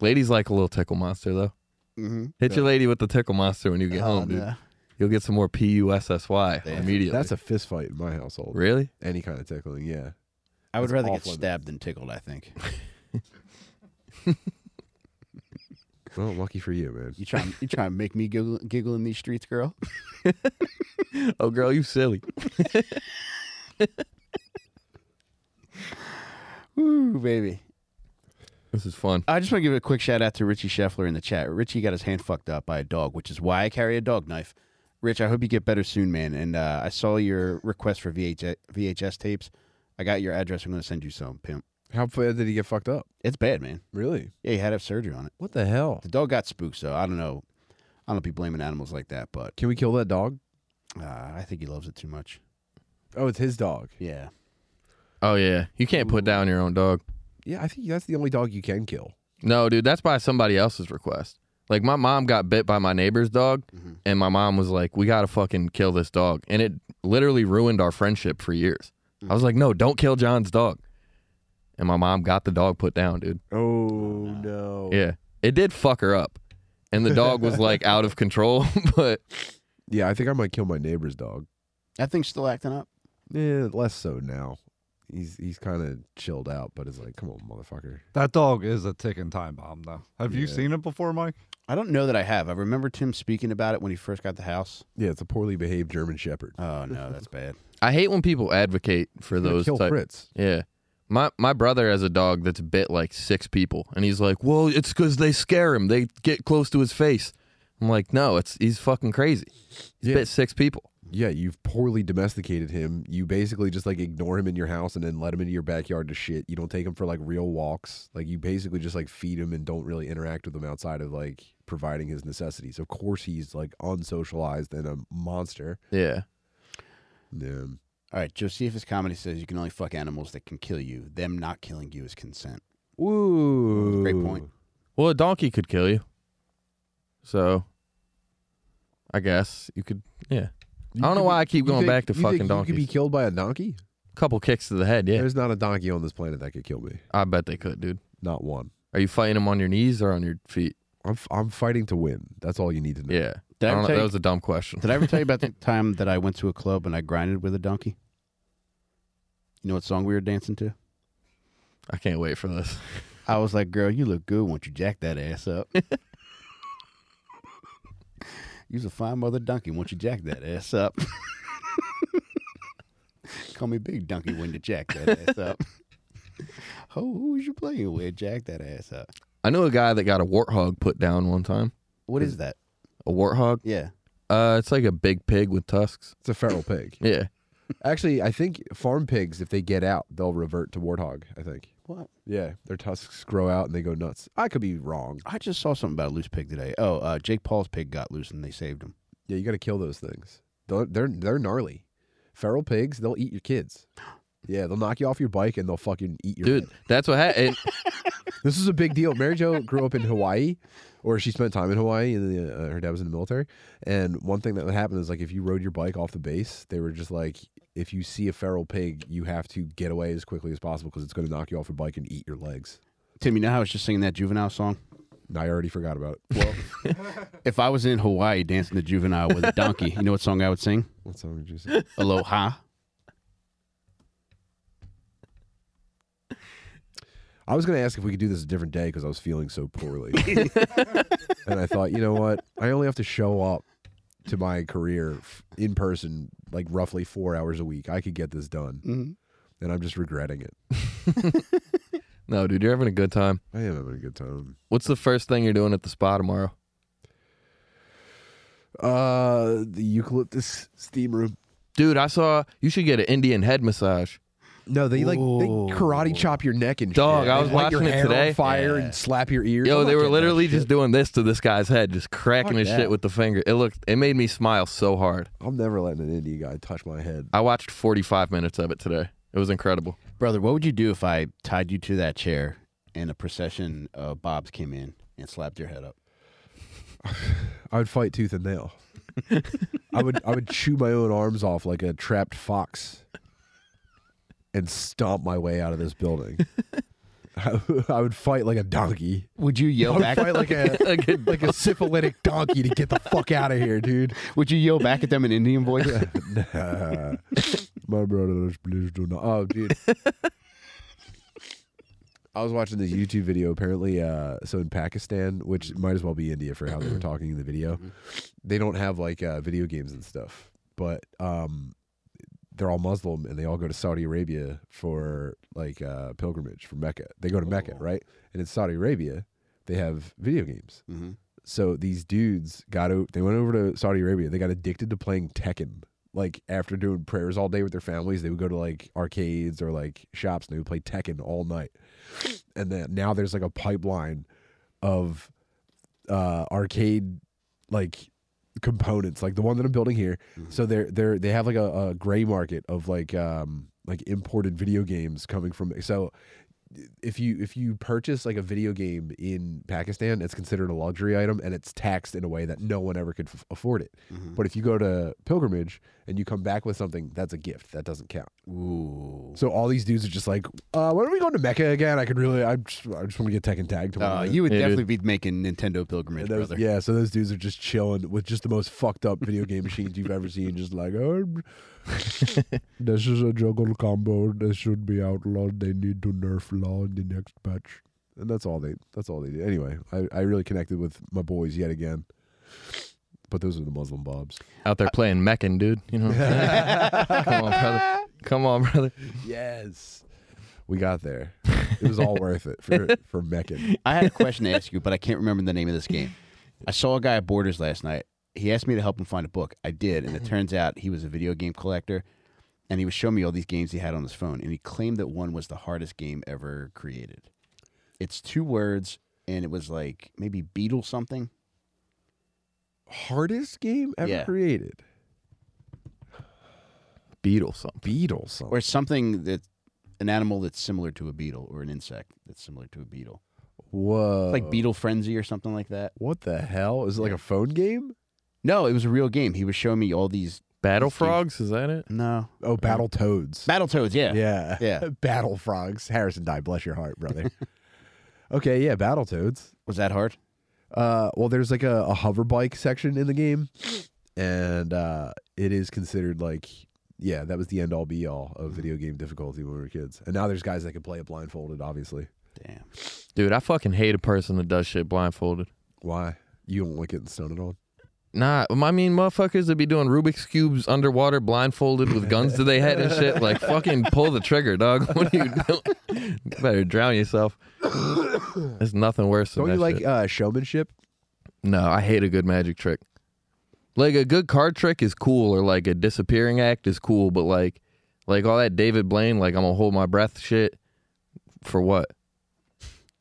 Speaker 3: Ladies like a little tickle monster though.
Speaker 1: mm-hmm.
Speaker 3: Hit your lady with the tickle monster when you get
Speaker 2: Oh,
Speaker 3: home, dude. You'll get some more P U S S Y
Speaker 1: Damn.
Speaker 3: immediately.
Speaker 2: That's a fist fight in my household.
Speaker 3: really?
Speaker 2: Any kind of tickling, yeah.
Speaker 1: I would
Speaker 2: That's
Speaker 1: rather get
Speaker 2: awful.
Speaker 1: stabbed than tickled. I think
Speaker 2: Well, lucky for you, man.
Speaker 1: you try you try and make me giggle, giggle in these streets, girl.
Speaker 3: Oh, girl, you silly.
Speaker 1: Ooh, baby.
Speaker 3: This is fun.
Speaker 1: I just want to give a quick shout out to Richie Scheffler in the chat. Richie got his hand fucked up by a dog, which is why I carry a dog knife. Rich, I hope you get better soon, man. And uh, I saw your request for VH- VHS tapes. I got your address. I'm going to send you some, pimp.
Speaker 2: How bad did he get fucked up?
Speaker 1: It's bad, man.
Speaker 2: Really?
Speaker 1: Yeah, he had to have surgery on it.
Speaker 2: What the hell?
Speaker 1: The dog got spooked, so I don't know. I don't know if you blaming animals like that, but
Speaker 2: Can we kill that dog?
Speaker 1: uh, I think he loves it too much.
Speaker 2: Oh, it's his dog.
Speaker 1: Yeah.
Speaker 3: Oh yeah, you can't put down your own dog.
Speaker 2: Yeah, I think that's the only dog you can kill.
Speaker 3: No, dude, that's by somebody else's request. Like my mom got bit by my neighbor's dog,
Speaker 2: Mm-hmm.
Speaker 3: and my mom was like, "We gotta fucking kill this dog," and it literally ruined our friendship for years. I was like, "No, don't kill John's dog," and my mom got the dog put down, dude.
Speaker 2: Oh no.
Speaker 3: Yeah, it did fuck her up, and the dog was like out of control. But
Speaker 2: Yeah, I think I might kill my neighbor's dog.
Speaker 1: That thing's still acting up.
Speaker 2: Yeah, less so now. He's he's kind of chilled out, but it's like, come on, motherfucker.
Speaker 4: That dog is a ticking time bomb, though. Have you seen it before, Mike?
Speaker 1: I don't know that I have. I remember Tim speaking about it when he first got the house.
Speaker 2: Yeah, it's a poorly behaved German Shepherd.
Speaker 1: Oh no, that's bad.
Speaker 3: I hate when people advocate for
Speaker 2: Gonna
Speaker 3: those
Speaker 2: kill
Speaker 3: type.
Speaker 2: Fritz.
Speaker 3: Yeah. My my brother has a dog that's bit like six people and he's like, "Well, it's cuz they scare him. They get close to his face." I'm like, "No, it's he's fucking crazy. He's
Speaker 2: Yeah.
Speaker 3: bit six people."
Speaker 2: Yeah, you've poorly domesticated him. You basically just like ignore him in your house and then let him into your backyard to shit. You don't take him for like real walks. Like you basically just like feed him and don't really interact with him outside of like providing his necessities. Of course, he's like unsocialized and a monster.
Speaker 3: Yeah.
Speaker 2: Yeah.
Speaker 1: All right, Josephus comedy says you can only fuck animals that can kill you. Them not killing you is consent.
Speaker 2: Ooh.
Speaker 1: Great point.
Speaker 3: Well, a donkey could kill you. So I guess you could yeah. I don't know why I keep
Speaker 2: You
Speaker 3: going
Speaker 2: think-
Speaker 3: back to
Speaker 2: you
Speaker 3: fucking
Speaker 2: think You
Speaker 3: donkeys.
Speaker 2: could be killed by a donkey?
Speaker 3: Couple kicks to the head, yeah.
Speaker 2: There's not a donkey on this planet that could kill me.
Speaker 3: I bet they could, dude.
Speaker 2: Not one.
Speaker 3: Are you fighting them on your knees or on your feet?
Speaker 2: I'm f- I'm fighting to win. That's all you need to know.
Speaker 3: Yeah.
Speaker 1: Did I
Speaker 3: I
Speaker 1: ever
Speaker 3: don't
Speaker 1: tell
Speaker 3: know. That
Speaker 1: you-
Speaker 3: was a dumb question.
Speaker 1: Did I ever tell you about the time that I went to a club and I grinded with a donkey? You know what song we were dancing to?
Speaker 3: I can't wait for this.
Speaker 1: I was like, "Girl, you look good. Won't you jack that ass up?" You's a fine mother donkey. Won't you jack that ass up? Call me big donkey when you jack that ass up. Who who's you playing with? Jack that ass up.
Speaker 3: I knew a guy that got a warthog put down one time.
Speaker 1: What is that?
Speaker 3: A warthog?
Speaker 1: Yeah.
Speaker 3: Uh, it's like a big pig with tusks.
Speaker 2: It's a feral pig.
Speaker 3: Yeah.
Speaker 2: Actually, I think farm pigs, if they get out, they'll revert to warthog. I think.
Speaker 1: What?
Speaker 2: Yeah, their tusks grow out and they go nuts. I could be wrong.
Speaker 1: I just saw something about a loose pig today. Oh, uh, Jake Paul's pig got loose and they saved him.
Speaker 2: Yeah, you got to kill those things. They're, they're they're gnarly. Feral pigs, they'll eat your kids. Yeah, they'll knock you off your bike and they'll fucking eat your
Speaker 3: Dude, that's what happened.
Speaker 2: This is a big deal. Mary Jo grew up in Hawaii, or she spent time in Hawaii, and then, uh, her dad was in the military. And one thing that would happen is like if you rode your bike off the base, they were just like, if you see a feral pig, you have to get away as quickly as possible because it's going to knock you off your bike and eat your legs.
Speaker 1: Tim, you know how I was just singing that juvenile song?
Speaker 2: And I already forgot about it. Well,
Speaker 1: If I was in Hawaii dancing to juvenile with a donkey, you know what song I would sing?
Speaker 2: what song did you say?
Speaker 1: Aloha.
Speaker 2: I was going to ask if we could do this a different day because I was feeling so poorly, and I thought, you know what? I only have to show up to my career f- in person like roughly four hours a week. I could get this done, and I'm just regretting it.
Speaker 3: no, dude, you're having a good time.
Speaker 2: I am having a good time.
Speaker 3: What's the first thing you're doing at the spa tomorrow?
Speaker 2: Uh, the eucalyptus steam room.
Speaker 3: Dude, I saw you should get an Indian head massage.
Speaker 2: No, they like they karate chop your neck and
Speaker 3: Dog,
Speaker 2: shit.
Speaker 3: I
Speaker 2: They
Speaker 3: was
Speaker 2: light your
Speaker 3: watching it
Speaker 2: hair
Speaker 3: today.
Speaker 2: On fire and slap your ears. Oh
Speaker 3: Yo,
Speaker 2: I'm
Speaker 3: they
Speaker 2: not
Speaker 3: were
Speaker 2: getting that
Speaker 3: literally
Speaker 2: shit.
Speaker 3: just doing this to this guy's head, just cracking
Speaker 2: Fuck
Speaker 3: his
Speaker 2: that.
Speaker 3: shit with the finger. It looked, it made me smile so hard.
Speaker 2: I'm never letting an Indian guy touch my head.
Speaker 3: I watched 45 minutes of it today. It was incredible.
Speaker 1: Brother, what would you do if I tied you to that chair and a procession of bobs came in and slapped your head up?
Speaker 2: I would fight tooth and nail. I would I would chew my own arms off like a trapped fox, and stomp my way out of this building. I, I would fight like a donkey.
Speaker 1: Would you
Speaker 2: I
Speaker 1: yell
Speaker 2: would fight
Speaker 1: back?
Speaker 2: like a
Speaker 3: Like a-
Speaker 2: like a syphilitic donkey to get the fuck out of here, dude.
Speaker 1: would you yell back at them in Indian voice?
Speaker 2: Nah. My brothers, please do not. Oh, dude. I was watching this YouTube video. Apparently, uh, so in Pakistan, which might as well be India for how they were talking in the video, they don't have like uh, video games and stuff, but um, they're all Muslim and they all go to Saudi Arabia for like uh, pilgrimage for Mecca. They go to Mecca, right? And in Saudi Arabia, they have video games.
Speaker 1: Mhm.
Speaker 2: So these dudes got o- they went over to Saudi Arabia. They got addicted to playing Tekken like after doing prayers all day with their families, they would go to like arcades or like shops and they would play Tekken all night. And then now there's like a pipeline of uh arcade like components, like the one that I'm building here. So they're they're they have like a, a gray market of like um like imported video games coming from so if you if you purchase like a video game in Pakistan, it's considered a luxury item and it's taxed in a way that no one ever could f- afford it.
Speaker 1: Mm-hmm.
Speaker 2: But if you go to pilgrimage and you come back with something, that's a gift. That doesn't count.
Speaker 1: Ooh.
Speaker 2: So all these dudes are just like, uh, when are we going to Mecca again? I could really, I just, I just want to get Tekken Tag tomorrow.
Speaker 1: Uh, you would
Speaker 3: Yeah, dude.
Speaker 1: definitely be making Nintendo pilgrimage,
Speaker 2: And those-
Speaker 1: brother.
Speaker 2: yeah, so those dudes are just chilling with just the most fucked up video game machines you've ever seen. Just like, oh, this is a juggle combo. This should be outlawed. They need to nerf law in the next patch. And that's all they. That's all they do. Anyway, I, I really connected with my boys yet again. But those are the Muslim bobs.
Speaker 3: Out there playing Meccan, dude. You know what I'm saying? Come on, brother. Come on, brother.
Speaker 2: Yes, we got there. It was all worth it for for Meccan.
Speaker 1: I had a question to ask you, but I can't remember the name of this game. I saw a guy at Borders last night. He asked me to help him find a book. I did, and it turns out he was a video game collector, and he was showing me all these games he had on his phone, and he claimed that one was the hardest game ever created. It's two words, and it was like maybe Beetle something.
Speaker 2: Hardest game ever
Speaker 1: Yeah.
Speaker 2: created.
Speaker 3: Beetle something.
Speaker 2: Beatles. song.
Speaker 1: or something that an animal that's similar to a beetle or an insect that's similar to a beetle.
Speaker 2: Whoa.
Speaker 1: It's like Beetle Frenzy or something like that.
Speaker 2: What the hell? Is it like a phone game?
Speaker 1: No, it was a real game. He was showing me all these.
Speaker 3: Battle frogs, is that it?
Speaker 1: No.
Speaker 2: Oh, Battle Toads.
Speaker 1: Battletoads, yeah.
Speaker 2: yeah.
Speaker 1: Yeah.
Speaker 2: Battle Frogs. Harrison died. Bless your heart, brother. okay, yeah, Battle Toads.
Speaker 1: Was that hard?
Speaker 2: Uh, well, there's like a, a hover bike section in the game, and uh, it is considered like, yeah, that was the end all be all of video game difficulty when we were kids. And now there's guys that can play it blindfolded, obviously.
Speaker 1: Damn.
Speaker 3: Dude, I fucking hate a person that does shit blindfolded.
Speaker 2: Why? You don't like getting stoned at all?
Speaker 3: Nah, I mean, motherfuckers that be doing Rubik's cubes underwater, blindfolded with guns to their head and shit. Like, fucking pull the trigger, dog. What are you doing? You better drown yourself. There's nothing worse. Than
Speaker 2: Don't
Speaker 3: that
Speaker 2: you like
Speaker 3: shit.
Speaker 2: uh, showmanship?
Speaker 3: No, I hate a good magic trick. Like a good card trick is cool, or like a disappearing act is cool, but like, like all that David Blaine, like I'm gonna hold my breath, shit. For what?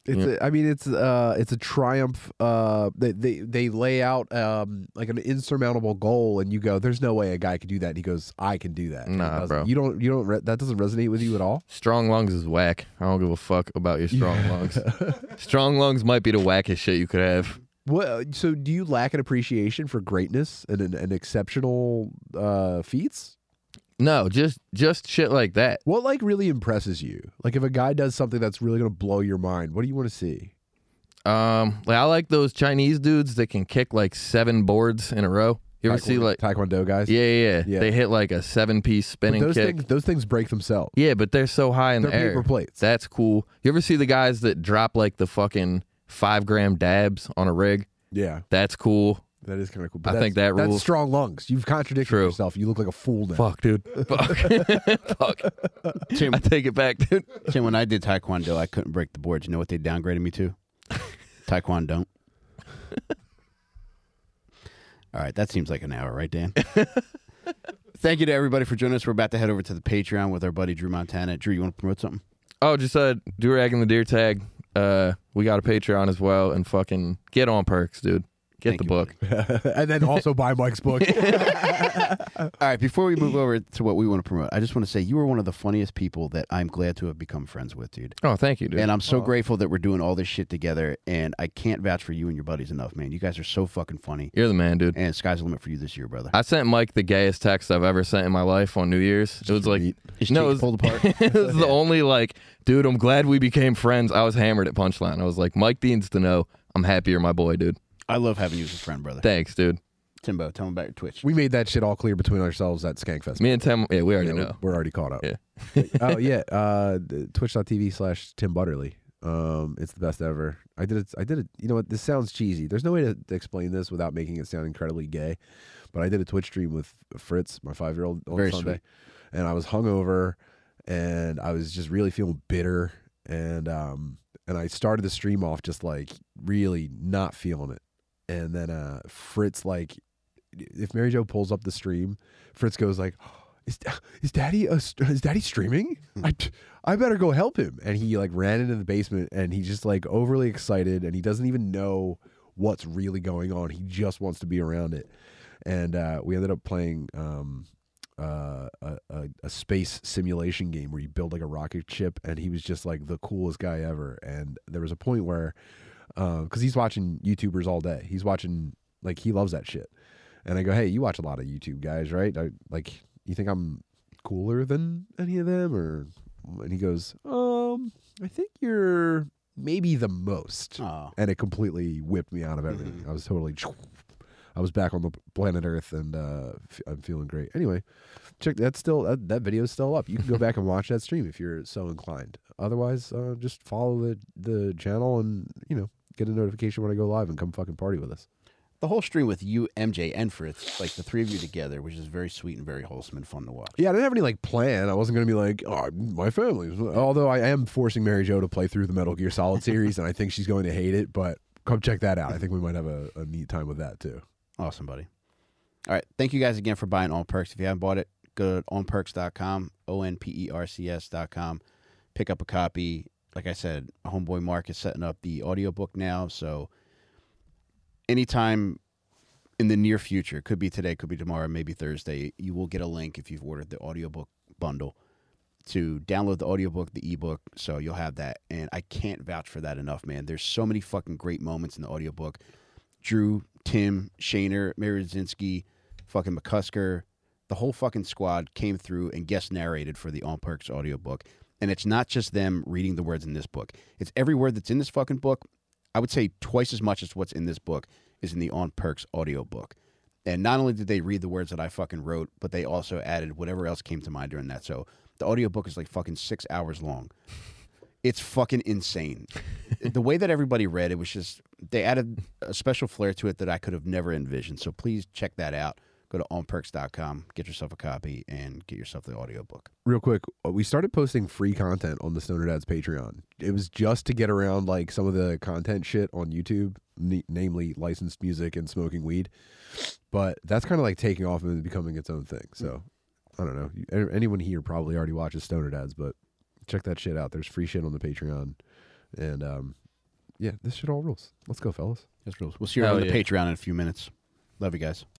Speaker 2: It's a, I mean it's uh it's a triumph uh they they, they lay out um like an insurmountable goal and you go there's no way a guy could do that and he goes I can do that And it
Speaker 3: Nah,
Speaker 2: doesn't.
Speaker 3: bro.
Speaker 2: you don't you don't re- that doesn't resonate with you at all
Speaker 3: Strong lungs is whack. I don't give a fuck about your strong lungs. Strong lungs might be the whackest shit you could have.
Speaker 2: what uh, so do you lack an appreciation for greatness and an, an exceptional uh feats
Speaker 3: No, just just shit like that.
Speaker 2: what like really impresses you like if a guy does something that's really gonna blow your mind what do you want to see
Speaker 3: Um, like I like those Chinese dudes that can kick like seven boards in a row. You ever see
Speaker 2: Taekwondo-
Speaker 3: like
Speaker 2: taekwondo guys
Speaker 3: yeah, yeah,
Speaker 2: Yeah.
Speaker 3: yeah. They hit like a seven piece
Speaker 2: But
Speaker 3: spinning
Speaker 2: those
Speaker 3: kick.
Speaker 2: things those things break themselves
Speaker 3: Yeah, but they're so high in
Speaker 2: they're
Speaker 3: the air.
Speaker 2: paper plates
Speaker 3: That's cool. You ever see the guys that drop like the fucking five gram dabs on a rig?
Speaker 2: yeah
Speaker 3: That's cool.
Speaker 2: That is kind of cool.
Speaker 3: I
Speaker 2: that's-
Speaker 3: think that
Speaker 2: that's
Speaker 3: rules.
Speaker 2: strong lungs. You've contradicted
Speaker 3: True.
Speaker 2: yourself. You look like a fool now.
Speaker 3: Fuck, dude. Fuck. Fuck.
Speaker 1: Tim,
Speaker 3: I take it back, dude.
Speaker 1: Tim, when I did Taekwondo, I couldn't break the boards. You know what they downgraded me to? Taekwondo. don't. All right, that seems like an hour, right, Dan? Thank you to everybody for joining us. We're about to head over to the Patreon with our buddy Drew Montana. Drew, you want to promote something?
Speaker 3: Oh, just uh, do rag and the deer tag. Uh, we got a Patreon as well, and fucking get on perks, dude. Get
Speaker 1: Thank
Speaker 3: the
Speaker 1: you,
Speaker 3: book.
Speaker 2: and then also buy Mike's book.
Speaker 1: All right, before we move over to what we want to promote, I just want to say you are one of the funniest people that I'm glad to have become friends with, dude.
Speaker 3: Oh, thank you, dude.
Speaker 1: And I'm so grateful that we're doing all this shit together. And I can't vouch for you and your buddies enough, man. You guys are so fucking funny.
Speaker 3: You're the man, dude.
Speaker 1: And sky's the limit for you this year, brother.
Speaker 3: I sent Mike the gayest text I've ever sent in my life on New Year's. It was like,
Speaker 1: His
Speaker 3: no,
Speaker 1: cheeks
Speaker 3: it was,
Speaker 1: pulled apart.
Speaker 3: it was the only like, dude. I'm glad we became friends. I was hammered at Punchline. I was like, Mike needs to know. I'm happier, my boy, dude.
Speaker 1: I love having you as a friend, brother.
Speaker 3: Thanks, dude.
Speaker 1: Timbo, tell him about your Twitch.
Speaker 2: we made that shit all clear between ourselves at Skankfest.
Speaker 3: Me and Tim, yeah, we already
Speaker 2: Yeah,
Speaker 3: know.
Speaker 2: We're already caught up.
Speaker 3: Yeah.
Speaker 2: oh yeah. Uh, the- Twitch.tv slash Tim Butterly. Um, it's the best ever. I did it. I did it. You know what? This sounds cheesy. There's no way to, to explain this without making it sound incredibly gay. But I did a Twitch stream with Fritz, my five year old, on
Speaker 1: Very
Speaker 2: Sunday, and I was hungover, and I was just really feeling bitter, and um, and I started the stream off just like really not feeling it, and then uh, Fritz like if Mary Jo pulls up the stream, Fritz goes like, "Is is Daddy a, st- is Daddy streaming? I I better go help him." And he like ran into the basement, and he's just like overly excited, and he doesn't even know what's really going on. He just wants to be around it. And uh, we ended up playing um, uh, a, a, a space simulation game where you build like a rocket ship, and he was just like the coolest guy ever. And there was a point where, because he's watching YouTubers all day, he's watching like he loves that shit. And I go, hey, you watch a lot of YouTube guys, right? I, like, you think I'm cooler than any of them, or? And he goes, um, I think you're maybe the most
Speaker 1: Oh,
Speaker 2: and it completely whipped me out of everything. I was totally, I was back on the planet Earth, and uh, f- I'm feeling great. Anyway, check that's still that, that video is still up. You can go back and watch that stream if you're so inclined. Otherwise, uh, just follow the the channel and you know get a notification when I go live and come fucking party with us.
Speaker 1: the whole stream with you, MJ, and Fritz, like the three of you together, which is very sweet and very wholesome and fun to watch.
Speaker 2: Yeah, I didn't have any like plan. I wasn't gonna be like, oh, my family. Although I am forcing Mary Jo to play through the Metal Gear Solid series, and I think she's going to hate it, but. Come check that out. I think we might have a, a neat time with that too.
Speaker 1: Awesome, buddy. All right. Thank you guys again for buying On Perks. If you haven't bought it, go to onperks.com, O N P E R C S.com. Pick up a copy. Like I said, Homeboy Mark is setting up the audiobook now. So anytime in the near future, could be today, could be tomorrow, maybe Thursday, you will get a link if you've ordered the audiobook bundle to download the audiobook, the ebook, so you'll have that. And I can't vouch for that enough, man. There's so many fucking great moments in the audiobook. Drew, Tim, Shaner, Maridzinski, fucking McCusker, the whole fucking squad came through and guest narrated for the On Perks audiobook. And it's not just them reading the words in this book. It's every word that's in this fucking book. I would say twice as much as what's in this book is in the On Perks audiobook. And not only did they read the words that I fucking wrote, but they also added whatever else came to mind during that. So the audiobook is like fucking six hours long. It's fucking insane. the way that everybody read it was just, they added a special flair to it that I could have never envisioned. So please check that out. Go to onperks.com, get yourself a copy, and get yourself the audiobook.
Speaker 2: real quick, uh, we started posting free content on the Stoner Dads Patreon. It was just to get around like some of the content shit on YouTube, n- namely licensed music and smoking weed. But that's kind of like taking off and becoming its own thing. So I don't know. You- a- Anyone here probably already watches Stoner Dads, but check that shit out. There's free shit on the Patreon, and um, yeah, this shit all rules. Let's go, fellas.
Speaker 1: Yes, rules. We'll see you around
Speaker 3: Hell
Speaker 1: on the
Speaker 3: yeah.
Speaker 1: Patreon in a few minutes. Love you guys.